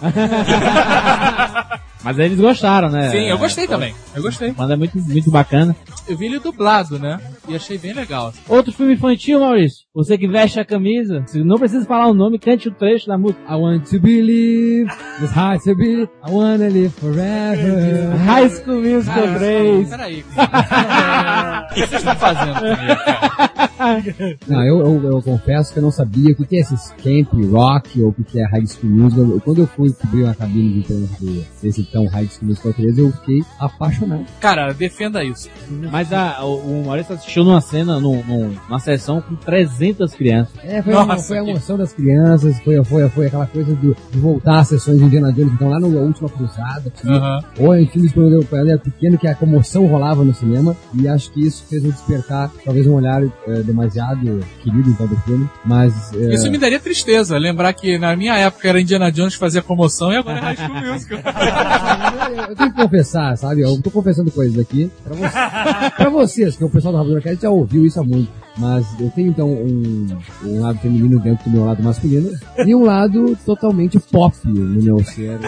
Mas eles gostaram, né?
Sim, eu
É,
gostei
pô,
também. Eu gostei.
Manda é muito, muito bacana.
Eu vi ele dublado, né? E achei bem legal.
Outro filme infantil, Maurício. Você que veste a camisa, você não precisa falar o nome, cante o trecho da música.
I want to believe, this high to be, I wanna live forever.
High School Musical
Cara,
3.
Peraí. cara. O que vocês estão fazendo comigo, cara?
Não, eu, eu, eu confesso que eu não sabia o que, que é esses camp rock ou o que, que é high school musical. Eu- Quando eu fui cobrir uma cabine de imprensa desse tão high school musical 13, eu fiquei apaixonado.
Cara, defenda isso.
Mas a- o, o Maurício assistiu numa cena, num, num- numa sessão com 300 crianças.
É, foi,
Nossa,
a, foi a
que-
emoção das crianças, foi, foi, foi aquela coisa do, de voltar às sessões de Indiana Jones, então lá na última cruzada, que
Aham.
ou em filmes quando eu era pequeno que a comoção rolava no cinema e acho que isso fez eu despertar talvez um olhar eh, demasiado querido em todo filme, mas eh,
Isso me daria tristeza, lembrar que na minha época era Indiana Jones que fazia comoção e agora é High School Musical.
*laughs* eu tenho que confessar, sabe? Eu tô confessando coisas aqui pra, vo- pra vocês, que o pessoal do Rapadura Cast já ouviu isso há muito. Mas eu tenho então um, um lado feminino dentro do meu lado masculino e um lado totalmente pop no
*laughs*
meu ser.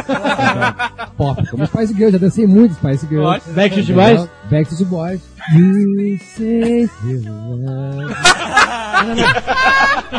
pop, como Spice Girl, já dancei muito Spice Girl.
Ótimo.
Backstreet Boys?
Back to the Boys. You say you love-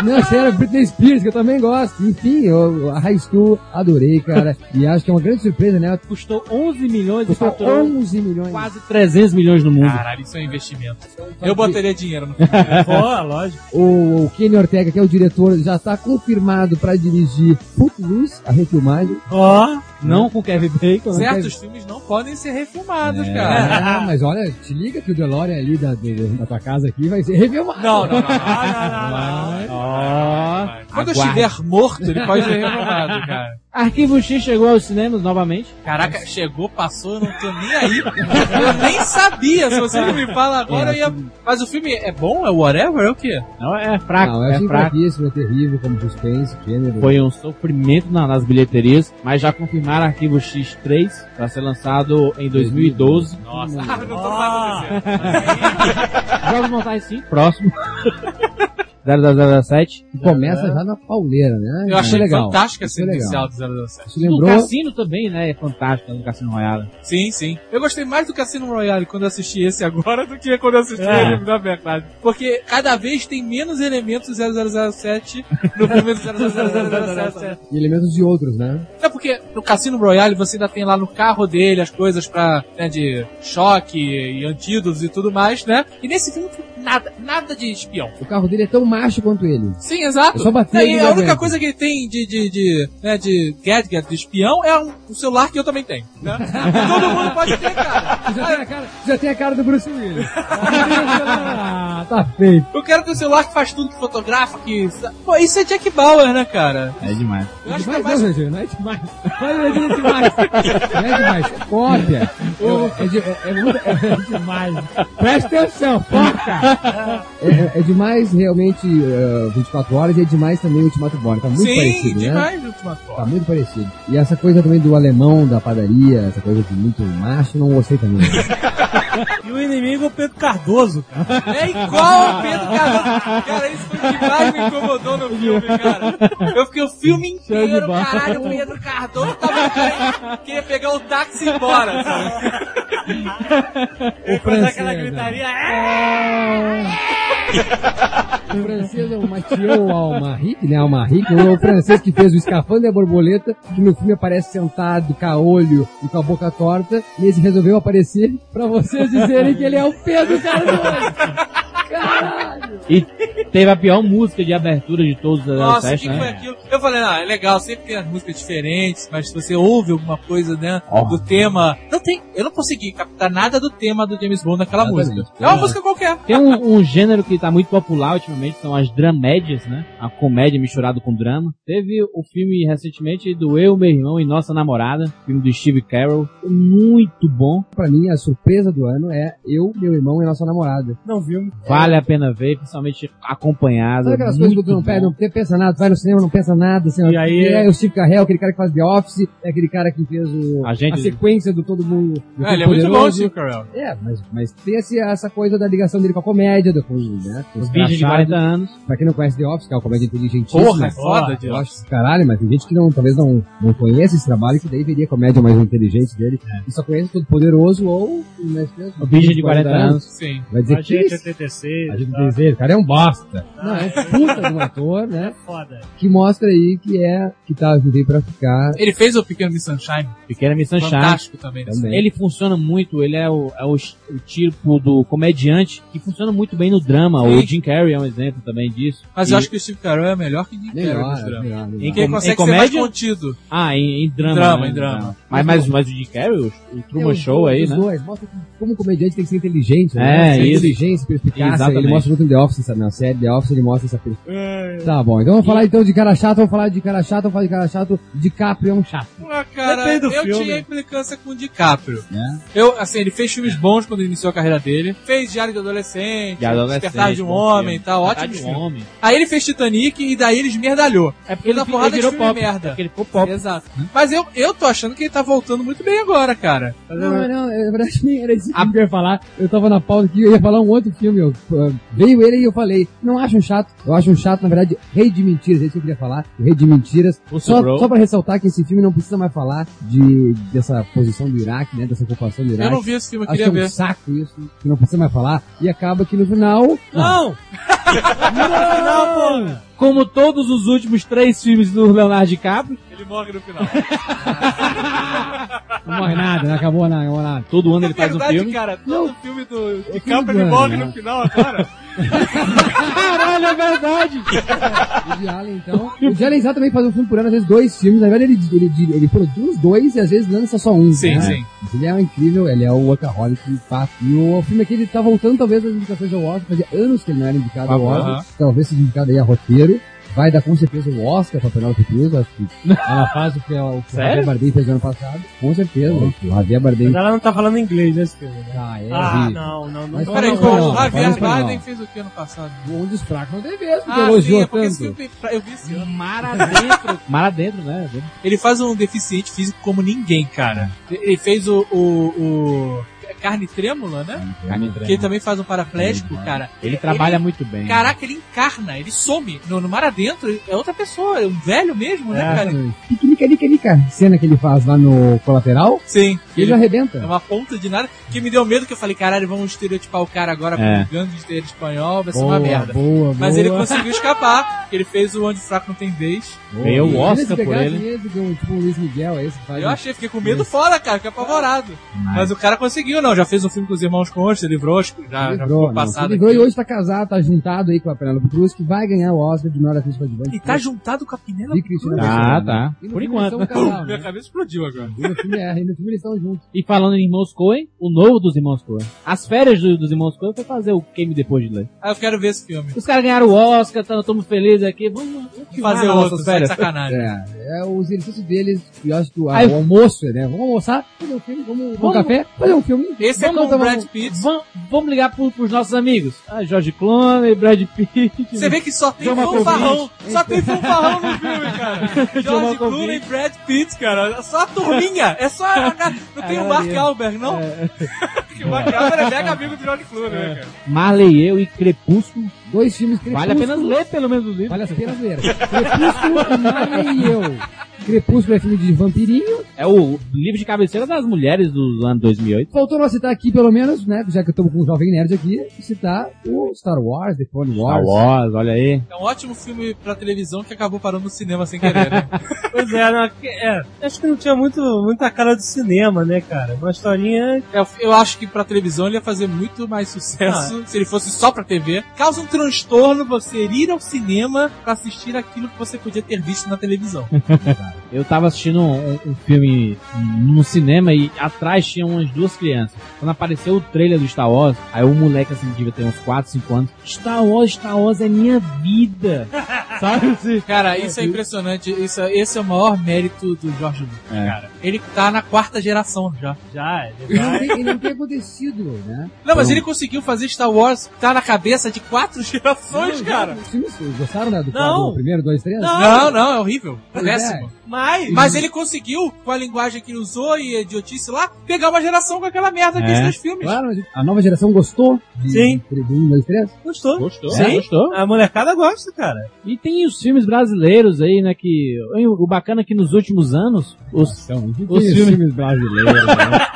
Não, essa era Britney Spears, que eu também gosto. Enfim, eu, a High School adorei, cara. E acho que é uma grande surpresa, né?
Custou 11 milhões e
Custou
faturou
11 milhões. Ah.
quase 300 milhões no mundo.
Caralho, isso é um investimento. Eu botaria dinheiro no filme.
Pô, lógico.
O, o Kenny Ortega, que é o diretor, já está confirmado pra dirigir Footloose, a refilmagem.
Ó,
não com Kevin Bacon. né?
Certos filmes não podem ser refilmados, cara.
Ah, mas olha, te liga que o DeLorean ali da, do- da tua casa aqui vai ser *laughs* refilmado.
Não, não, não.
Ó.
Quando eu
Aguarde.
estiver morto, ele pode ser refilmado, cara.
Arquivo X chegou aos cinemas novamente.
Caraca, chegou, passou, eu não tô nem aí. Eu nem sabia. Se você não me fala agora, eu ia. Mas o filme é bom? É whatever? É o quê?
Não, é fraco,
Não, eu
é
achei
fraco.
fraquíssimo, é terrível, como suspense, gênero.
Foi um sofrimento na- nas bilheterias, mas já confirmaram Arquivo X3 para ser lançado em 2012.
Nossa,
Ah,
não tô mais acontecendo.
Jogos Mortais 5, próximo. 0007.
Começa já na pauleira, né?
Eu achei
legal.
fantástica a
Isso é
cena
legal.
inicial do 007.
Isso
O
lembrou...
cassino também, né? É fantástico, no Cassino Royale.
Sim, sim. Eu gostei mais do Cassino Royale quando eu assisti esse agora do que quando eu assisti
É.
ele, na verdade. Porque cada vez tem menos elementos 007 no filme do 007.
E elementos de outros, né?
É porque no Cassino Royale você ainda tem lá no carro dele as coisas pra, né, de choque e antídotos e tudo mais, né? E nesse filme nada, nada de espião.
O carro dele é tão macho quanto ele.
Sim, exato.
É só bater
Daí
e
a
já
única
aguenta.
coisa que ele tem de, de, de, né, de gadget, de espião, é um, um celular que eu também tenho, né?
*laughs*
Todo mundo pode ter, cara.
Já tem a cara, já tem a cara do Bruce Willis.
*laughs*
ah, tá feito.
Eu quero ter um celular que faz tudo, que fotografa, que. Pô, isso é Jack Bauer, né, cara?
É demais.
Eu acho que é mais.
Demais, não, Jorge, não é demais. Não é demais. Não é demais. Cópia. É, de- é- é muito- é demais. Presta atenção, foca. É, é demais realmente eh, 24 horas e é demais também o Ultimato Born. Tá muito
Sim,
parecido, né?
demais, Ultimato
Tá muito parecido. E essa coisa também do alemão, da padaria, essa coisa de muito macho, não
*laughs*
gostei também.
e o inimigo é o Pedro Cardoso, cara.
É igual ao Pedro Cardoso. Cara, isso foi o que mais me incomodou no filme, cara. Eu fiquei o filme
*laughs*
inteiro, caralho, o Pedro Cardoso tava querendo- queria pegar o táxi e ir embora. sabe?
O francês, né? aquela gritaria.
"É,
O francês é o Mathieu Almaric, né? Almaric, o francês que fez o Escafando e a Borboleta, que no filme aparece sentado, caolho e com a boca torta, e esse resolveu aparecer pra vocês dizerem que ele é o Pedro Cardoso. Caralho!
E teve a pior música de abertura de todos os
Nossa, o que,
testes,
né?
né?
que foi aquilo? Eu falei, ah, é legal, sempre tem as músicas diferentes, mas se você ouve alguma coisa, né, do tema. Não tem, eu não consegui captar nada do tema do James Bond naquela
Exatamente.
música. É uma
É.
música qualquer.
Tem um, um gênero que tá muito popular ultimamente, são as dramédias, né? A comédia misturada com drama. Teve o filme recentemente do Eu, Meu Irmão e Nossa Namorada, filme do Steve Carell, muito bom.
Pra mim, a surpresa do ano é eu, meu irmão e nossa namorada.
Não viu?
Vale a pena ver, principalmente acompanhada.
Sabe aquelas coisas que
muito
tu não
bom.
perde, não tem- pensa nada, tu vai no cinema, não pensa nada. Assim,
E aí-
É o Steve Carell, aquele cara que faz The Office, é aquele cara que fez o,
A gente-
sequência do Todo Mundo. do
Ah, ele é
Todo
muito bom,
Poderoso.
Steve Carell.
É, mas, mas tem esse- essa coisa da ligação dele com a comédia, do, com, né? com
Os vídeos de
engraçados.
40 anos.
Pra quem não conhece The Office, que é uma comédia inteligentíssima.
Porra, é foda,
Eu
Deus.
acho esse caralho, mas tem gente que não, talvez não, não conheça esse trabalho, que daí veria a comédia mais inteligente dele. E só conhece Todo Poderoso ou... Né,
É. O vídeo de 40
É.
anos.
Sim.
Vai dizer
É. A
que
gente é
isso.
86.
A gente tem dizer, o cara é um bosta.
Ah.
Não, é um puta de um ator, né?
Foda.
Que mostra aí que é, que tá, que veio pra ficar
Ele fez o Pequeno Miss Sunshine,
Pequena Miss Sunshine.
fantástico também. né?
também.
Ele funciona muito, ele é o, é o, o tipo do comediante que funciona muito bem no drama. O
Sim.
Jim Carrey é um exemplo também disso.
Mas
E-
eu acho que o Steve Carell é melhor que Jim Carrey
melhor,
nos
melhor,
dramas.
melhor.
Em
Porque ele
Com-
consegue ser
comédia?
mais contido.
Ah, em, em drama.
Drama,
né?
em drama.
Mas, mas, mas o Jim Carrey, o, o Truman Show aí,
os
né?
Dois. Mostra que como comediante tem que ser inteligente,
É,
né? Essa
isso.
Inteligência, perspicácia.
Exatamente.
Ele mostra muito no The Office, sabe? Na série The Office ele mostra essa perspicácia.
É.
Tá bom, então vamos falar então de cara chato, vamos falar de cara chato, vamos falar de cara chato. DiCaprio é um chato.
Ah, cara,
Depende do
eu
filme.
tinha implicância com o DiCaprio. Eu, assim, ele fez filmes bons quando iniciou a carreira dele. Fez Diário de Adolescente,
De adolescente,
Despertar de um
bom
Homem
filme.
e tal,
Despertar
ótimo
de um
filme.
homem.
Aí ele fez Titanic e daí ele esmerdalhou.
É porque ele,
Dá
fi-
porrada
ele
de
virou
filme
pop.
merda.
É porque ele ficou pop.
Exato. Mas eu, eu tô achando que ele tá voltando muito bem agora, cara.
Não, não, é, na *laughs* verdade nem era isso que
Ah.
eu ia falar. Eu tava na pauta aqui, eu ia falar um outro filme. Eu, ah, veio ele e eu falei, não acho um chato. Eu acho um chato, na verdade, Rei de Mentiras, é isso que eu queria falar. o Rei de Mentiras.
O
Só,
Sobrou.
só pra ressaltar que esse filme não precisa mais falar de, dessa posição do Iraque, né? Dessa ocupação do
Eu
Iraque.
não vi esse filme, eu
Acho que
queria
é um
ver.
saco isso, que não precisa mais falar. E acaba que no final.
Não! não, pô! Ah. Como todos os últimos três filmes do Leonardo DiCaprio,
Ele morre no final.
*laughs* Não morre nada, não acabou nada, acabou nada.
todo ano ele
Na
faz um
é verdade,
filme.
cara, todo filme do é de
filme
Capra ele
do
morre
ano,
no
né?
final agora.
Caralho, é verdade!
O *laughs* de Allen, então. O de Allen também faz um filme por ano, às vezes dois filmes. Na verdade, ele, ele, ele, ele produz dois e às vezes lança só um.
Sim,
né?
sim.
Mas Ele é um incrível, ele é o workaholic de fato. E o filme aqui, ele tá voltando talvez às indicações ao Oscar. Fazia anos que ele não era indicado ao
Aham.
Oscar. Talvez seja indicado aí a roteiro. Vai dar com certeza o Oscar pra Penelope Cruz, acho
*laughs*
que ela faz o que, ela, o que o
Sério?
Javier Bardem fez no ano passado. Com certeza, o Javier Bardem...
Mas ela não tá falando inglês nesse filme, né?
Ah, é
Ah,
horrível.
não, não, não.
Mas
tô-
Peraí,
Não,
pô,
não, não,
o Javier
fala espanhol.
Biden fez o que ano passado?
Um dos fracos não tem mesmo, que
Ah, sim,
elogiou
é porque esse
tanto.
filme eu vi esse ano.
Mara dentro.
*laughs*
Mara dentro, né?
Ele faz um deficiente físico como ninguém, cara. Ele fez o. o, o- Carne Trêmula, né?
tá
Que ele também faz um paraplégico, cara.
Ele trabalha muito bem.
Caraca, ele encarna, ele some. No, no mar adentro, é outra pessoa, é um velho mesmo, né,
É.
cara?
Nica, nica, nica. Cena que ele faz lá no colateral,
Sim.
ele,
Ele é
arrebenta.
uma ponta de nada. Que me deu medo que eu falei, caralho, vamos estereotipar o cara agora
É.
com gangue de espanhol, vai ser é uma merda.
boa,
Mas
boa.
ele conseguiu escapar, porque ele fez o Onde o Fraco Não Tem Vez.
Boa.
Ganhou o
Imagina se
Oscar por
pegasse
ele.
esse, que é um- tipo um Luiz Miguel, é esse que faz.
Eu achei, fiquei com medo fora, cara, fiquei apavorado. Mas o cara conseguiu, não. Já fez um filme com os irmãos Coen, se livrou, acho que já, já
Livrou,
ficou
não.
passado.
livrou
aqui.
e hoje tá casado, tá juntado aí com a Penélope Cruz, que vai ganhar o Oscar de melhor atriz coadjuvante.
E tá juntado com a Pinela.
de Cristina
Ah,
Barcelona.
tá.
E no
Por
filme
enquanto.
eles são
*laughs*
um casal,
Minha
né?
cabeça explodiu agora.
E no filme é, e no filme eles estão juntos.
E falando em Irmãos Coen, o novo dos Irmãos Coen. As férias do- dos Irmãos Coen foi fazer o Queime Depois de Ler.
Ah, eu quero ver esse filme.
Os caras ganharam o Oscar, estamos felizes aqui. Vamos, vamos que
Fazer
vai
outro,
nossas
só
*laughs*
de sacanagem.
É, é o exercício deles, eu acho que o,
Aí-
o almoço, né? Vamos almoçar, fazer um filme, vamos, vamos
Vamos-
café, fazer um filme.
Esse é
Vamos
com o
tomar um-
Brad Pitt.
Vam- vamos ligar pro, pros nossos amigos. Ah, Jorge Clooney, Brad Pitt.
Você vê que só tem
John
fanfarrão. Só tem fanfarrão no filme, cara. George Clooney e Brad Pitt, cara. Só a turminha. É só a... Não tem o Mark Albert, não? *laughs* Porque o Mark Albert é mega amigo do George Clooney, né, cara?
Marley, eu e Crepúsculo.
Dois filmes que
Vale a pena ler pelo menos o livro.
Vale a pena ver. Crepúsculo, Marley e eu. Crepúsculo é filme de vampirinho.
É o livro de cabeceira das mulheres do ano 2008.
Faltou nós citar aqui, pelo menos, né? Já que eu tô com um jovem nerd aqui, citar o Star Wars, The Clone
Star
Wars.
Wars, olha aí.
É um ótimo filme pra televisão que acabou parando no cinema sem querer, né?
*laughs* Pois é, não, que- é, acho que não tinha muito, muita cara de cinema, né, cara? Uma historinha.
Eu, É, eu acho que pra televisão ele ia fazer muito mais
Ah.
sucesso se ele fosse só pra TV. Causa um transtorno você ir ao cinema pra assistir aquilo que você podia ter visto
*laughs*
na televisão.
Eu tava assistindo um, um filme no cinema e atrás tinha umas duas crianças. Quando apareceu o trailer do Star Wars, aí o moleque assim devia ter uns 4, 5 anos. Star Wars, Star Wars é minha vida.
*laughs*
Sabe? assim?
Cara, isso é impressionante. Isso, é- esse é o maior mérito do Jorge Lucas,
É.
cara. Ele tá na quarta geração já.
Já, ele é
Ele não
vai.
tem, ele não tem acontecido, né?
Não, mas ele conseguiu fazer Star Wars tá na cabeça de quatro *laughs* gerações, cara.
Os filmes gostaram, né? Do,
Não.
do primeiro, dois, três?
Não, não, é horrível.
Pois
Péssimo.
Mas,
Mas ele conseguiu, com a linguagem que ele usou e a idiotice lá, pegar uma geração com aquela merda que
É.
é. três filmes.
Claro, mas a nova geração gostou de,
Sim.
de um, dois, três?
gostou.
Gostou?
Sim.
É, gostou?
A molecada gosta, cara.
E tem os filmes brasileiros aí, né? Que. O bacana é que nos últimos anos, os, os
Tem
filmes
Então, brasileiros. né?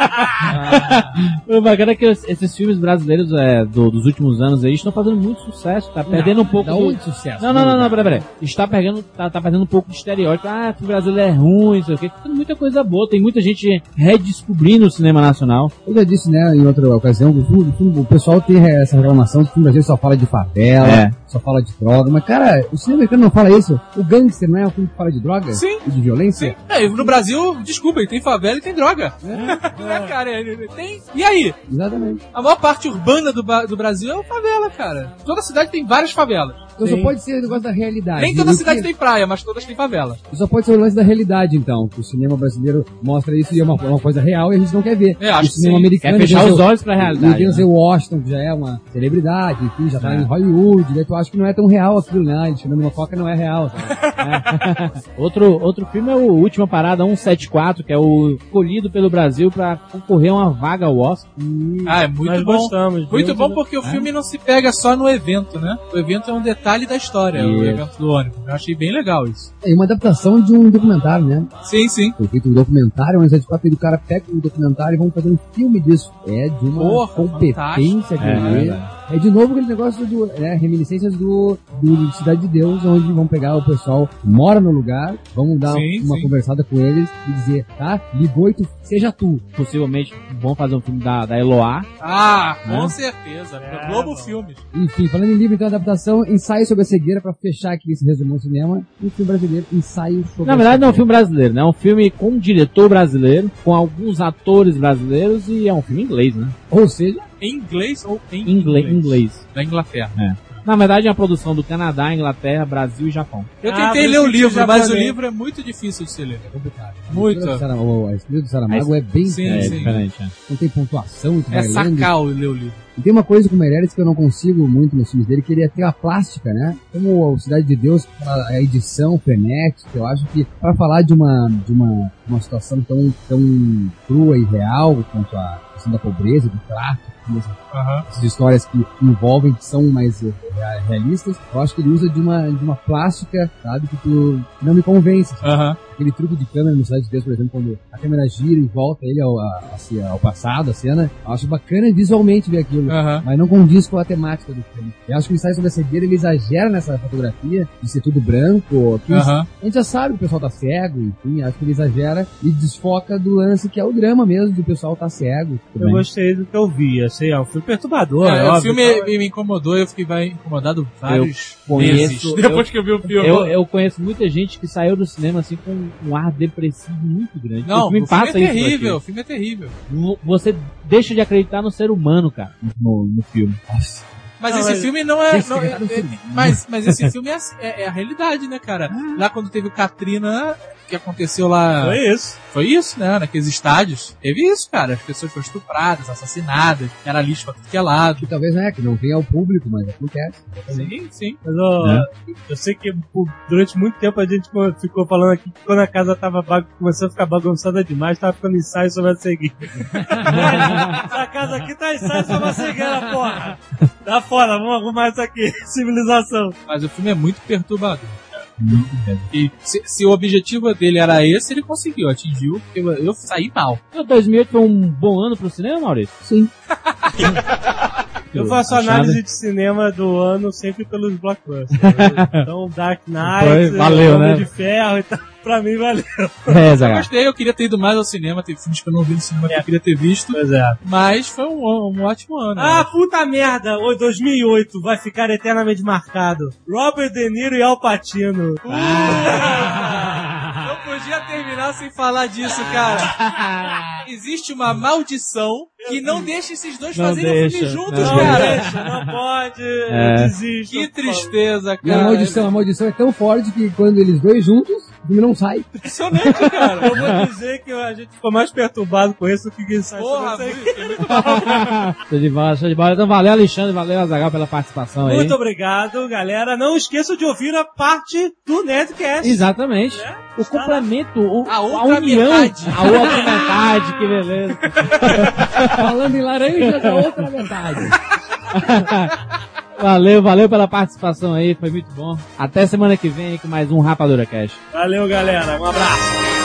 O bacana é que os- esses filmes brasileiros é, do- dos últimos anos aí estão fazendo muito sucesso, tá perdendo um pouco
Dá
do...
um sucesso.
Não, não, não, não, peraí, peraí. Está pegando, tá, tá perdendo um pouco de estereótipo. Ah, o brasileiro é ruim, não sei o quê. Tem muita coisa boa, tem muita gente redescobrindo o cinema nacional.
Eu já disse, né, em outra ocasião, o, filme- o filme- o pessoal tem essa reclamação que o filme brasileiro só fala de favela,
É.
só fala de droga. Mas, cara, o cinema americano não fala isso. O gangster não é um filme que fala de droga?
Sim.
E de violência?
É, e no Brasil, desculpem, tem favela e tem droga. *laughs* É, cara, é, tem. E aí?
Exatamente.
A maior parte urbana do, ba- do Brasil é uma favela, cara. Toda cidade tem várias favelas.
Então
Sim.
só pode ser o negócio da realidade.
Ah,
Nem
E
toda
o
cidade
que-
tem praia, mas todas têm favela.
Só pode ser o lance da realidade, então. Que o cinema brasileiro mostra isso e é uma, é uma coisa real e a gente não quer ver.
É, acho
o cinema
que sim.
americano...
Quer fechar
tem
os
seu-
olhos pra
E
realidade.
tem o
né?
Denzel Washington, que já é uma celebridade, enfim, já tá
É.
em Hollywood, daí tu acha que não é tão real aquilo, né? Ele tirando uma foca não é real. Tá?
*laughs* Outro, outro filme é o Última Parada 174, que é o escolhido pelo Brasil pra concorrer a uma vaga ao Oscar.
Ah, é
Hum. Nós
muito bom.
gostamos. né?
Muito
viu?
bom porque o filme não se pega só no evento, né? O evento é um detalhe da história, o
Isso.
evento do ônibus. Eu achei bem legal isso.
É uma adaptação de um documentário, né?
Sim, sim.
Foi feito um documentário, mas é de fato o cara pega um documentário e vamos fazer um filme disso. É de uma
Porra,
competência que
É,
ele é, de novo aquele negócio do, né, reminiscências do, do Cidade de Deus, onde vão pegar o pessoal que mora no lugar, vamos dar
Sim,
uma
sim.
conversada com eles e dizer, tá? Ligou e tu seja tu.
Possivelmente vão fazer um filme da, da Eloá.
Ah, com
Né?
certeza.
É,
Globo
bom.
Filmes.
Enfim, falando em livro, então, adaptação, ensaio sobre a cegueira, pra fechar aqui esse resumão do cinema, e o filme brasileiro, ensaio sobre
Na
a
verdade, não é um
cegueira.
filme brasileiro, né? É um filme com um diretor brasileiro, com alguns atores brasileiros e é um filme inglês, né?
Ou seja,
Em inglês ou em
Inglês. inglês.
Da Inglaterra.
Na verdade, é uma produção do Canadá, Inglaterra, Brasil e Japão.
Eu
Ah,
tentei
por
ler
isso
o
que
livro,
você já
mas o
falei.
livro é muito difícil de ser lido.
é complicado. A
Muito.
escritura do Saramago- A escritura do Saramago é bem
Sim,
é
é,
sim.
diferente, né?
não tem pontuação, tu
É
vai né? lendo.
sacal ler o livro.
E tem uma coisa com o Meirelles que eu não consigo muito nos filmes dele, que ele é tem a plástica, né? Como o Cidade de Deus, a a edição frenética, eu acho que para falar de uma de uma, uma situação tão tão crua e real quanto a questão da pobreza, do tráfico, como essa essas histórias que envolvem, que são mais eh, rea- realistas, eu acho que ele usa de uma, de uma plástica, sabe, que tu não me convence.
Aham.
Aquele truque de câmera no Cidade de Deus, por exemplo, quando a câmera gira e volta ele ao, a- a ce- ao passado, a cena, eu acho bacana visualmente ver aquilo.
Aham.
Mas não condiz com a temática do filme. Eu acho que o ensaio sobre a cegueira ele exagera nessa fotografia de ser tudo branco. que
Aham.
A gente já sabe que o pessoal tá cego, enfim, acho que ele exagera e desfoca do lance que é o drama mesmo, do pessoal tá cego.
Eu gostei do que eu vi, assim, é um filme perturbador.
É,
é
o
óbvio,
filme me, me incomodou, eu fiquei vai- incomodado vários meses.
conheço-
Depois que eu vi o filme.
Eu, eu conheço muita gente que saiu do cinema assim com um ar depressivo muito grande.
Não, o filme,
passa
é
isso pra ti.
terrível, o filme é terrível.
Vo- Você deixa de acreditar no ser humano, cara, no, no filme.
Mas
Não,
esse
mas-
filme não é.
Esse
não é-
cara é um
é-
filme.
mas, mas esse filme é, a- é- é a realidade, né, cara? Lá quando teve o Katrina, que aconteceu lá.
Foi isso.
Foi isso, né? Naqueles estádios. Teve isso, cara. As pessoas foram estupradas, assassinadas, era lixo pra tudo que é lado.
Que talvez não é, que não venha ao público, mas acontece.
Sim, sim.
Mas ó,
Né?
eu sei que pô, durante muito tempo a gente pô, ficou falando aqui que quando a casa tava bagun- começando a ficar bagunçada demais, tava ficando ensaio sobre a
*laughs*
cegueira. Essa casa aqui tá ensaio sobre a cegueira, porra! Tá fora, vamos arrumar isso aqui. *laughs* Civilização.
Mas o filme é muito perturbador.
E se, se o objetivo dele era esse, ele conseguiu, atingiu. Eu, eu saí mal.
Então, 2008 foi um bom ano pro cinema, Maurício?
*laughs*
Sim.
Eu faço análise de cinema do ano sempre pelos blockbusters. então, Dark Knight,
Foi- valeu,
Homem
né?
de Ferro e tal. Pra mim, valeu.
É,
Eu
Zagal.
gostei, eu queria ter ido mais ao cinema, tem filmes que eu não vi no cinema que eu queria ter visto,
Pois é.
mas foi um, um ótimo ano.
Ah, puta merda! O 2008 vai ficar eternamente marcado. Robert De Niro e Al Pacino.
Não
Ah.
podia terminar sem falar disso, cara. Existe uma maldição que não deixa esses dois
Não
fazerem o filme
deixa,
juntos,
não
cara.
deixa, não pode,
É.
eu desisto.
Que tristeza,
E a
cara.
maldição, a maldição é tão forte que quando eles dois juntos, o filme não sai.
Impressionante, cara.
Eu vou dizer que a gente ficou mais perturbado com isso do que quem sai.
Porra,
sobre isso.
muito- é muito
*laughs* Show de bola, show de bola. Então, valeu, Alexandre, valeu, Azagal, pela participação aí.
Muito obrigado, galera. Não esqueçam de ouvir a parte do Nerdcast.
Exatamente. O complemento, o,
É? Tá A
a,
outra
união,
metade.
a outra metade,
*laughs*
que beleza.
Falando em laranja
tá
da outra metade.
*laughs* Valeu, valeu pela participação aí, foi muito bom. Até semana que vem aí com mais um Rapadura Cash.
Valeu, galera. Um abraço.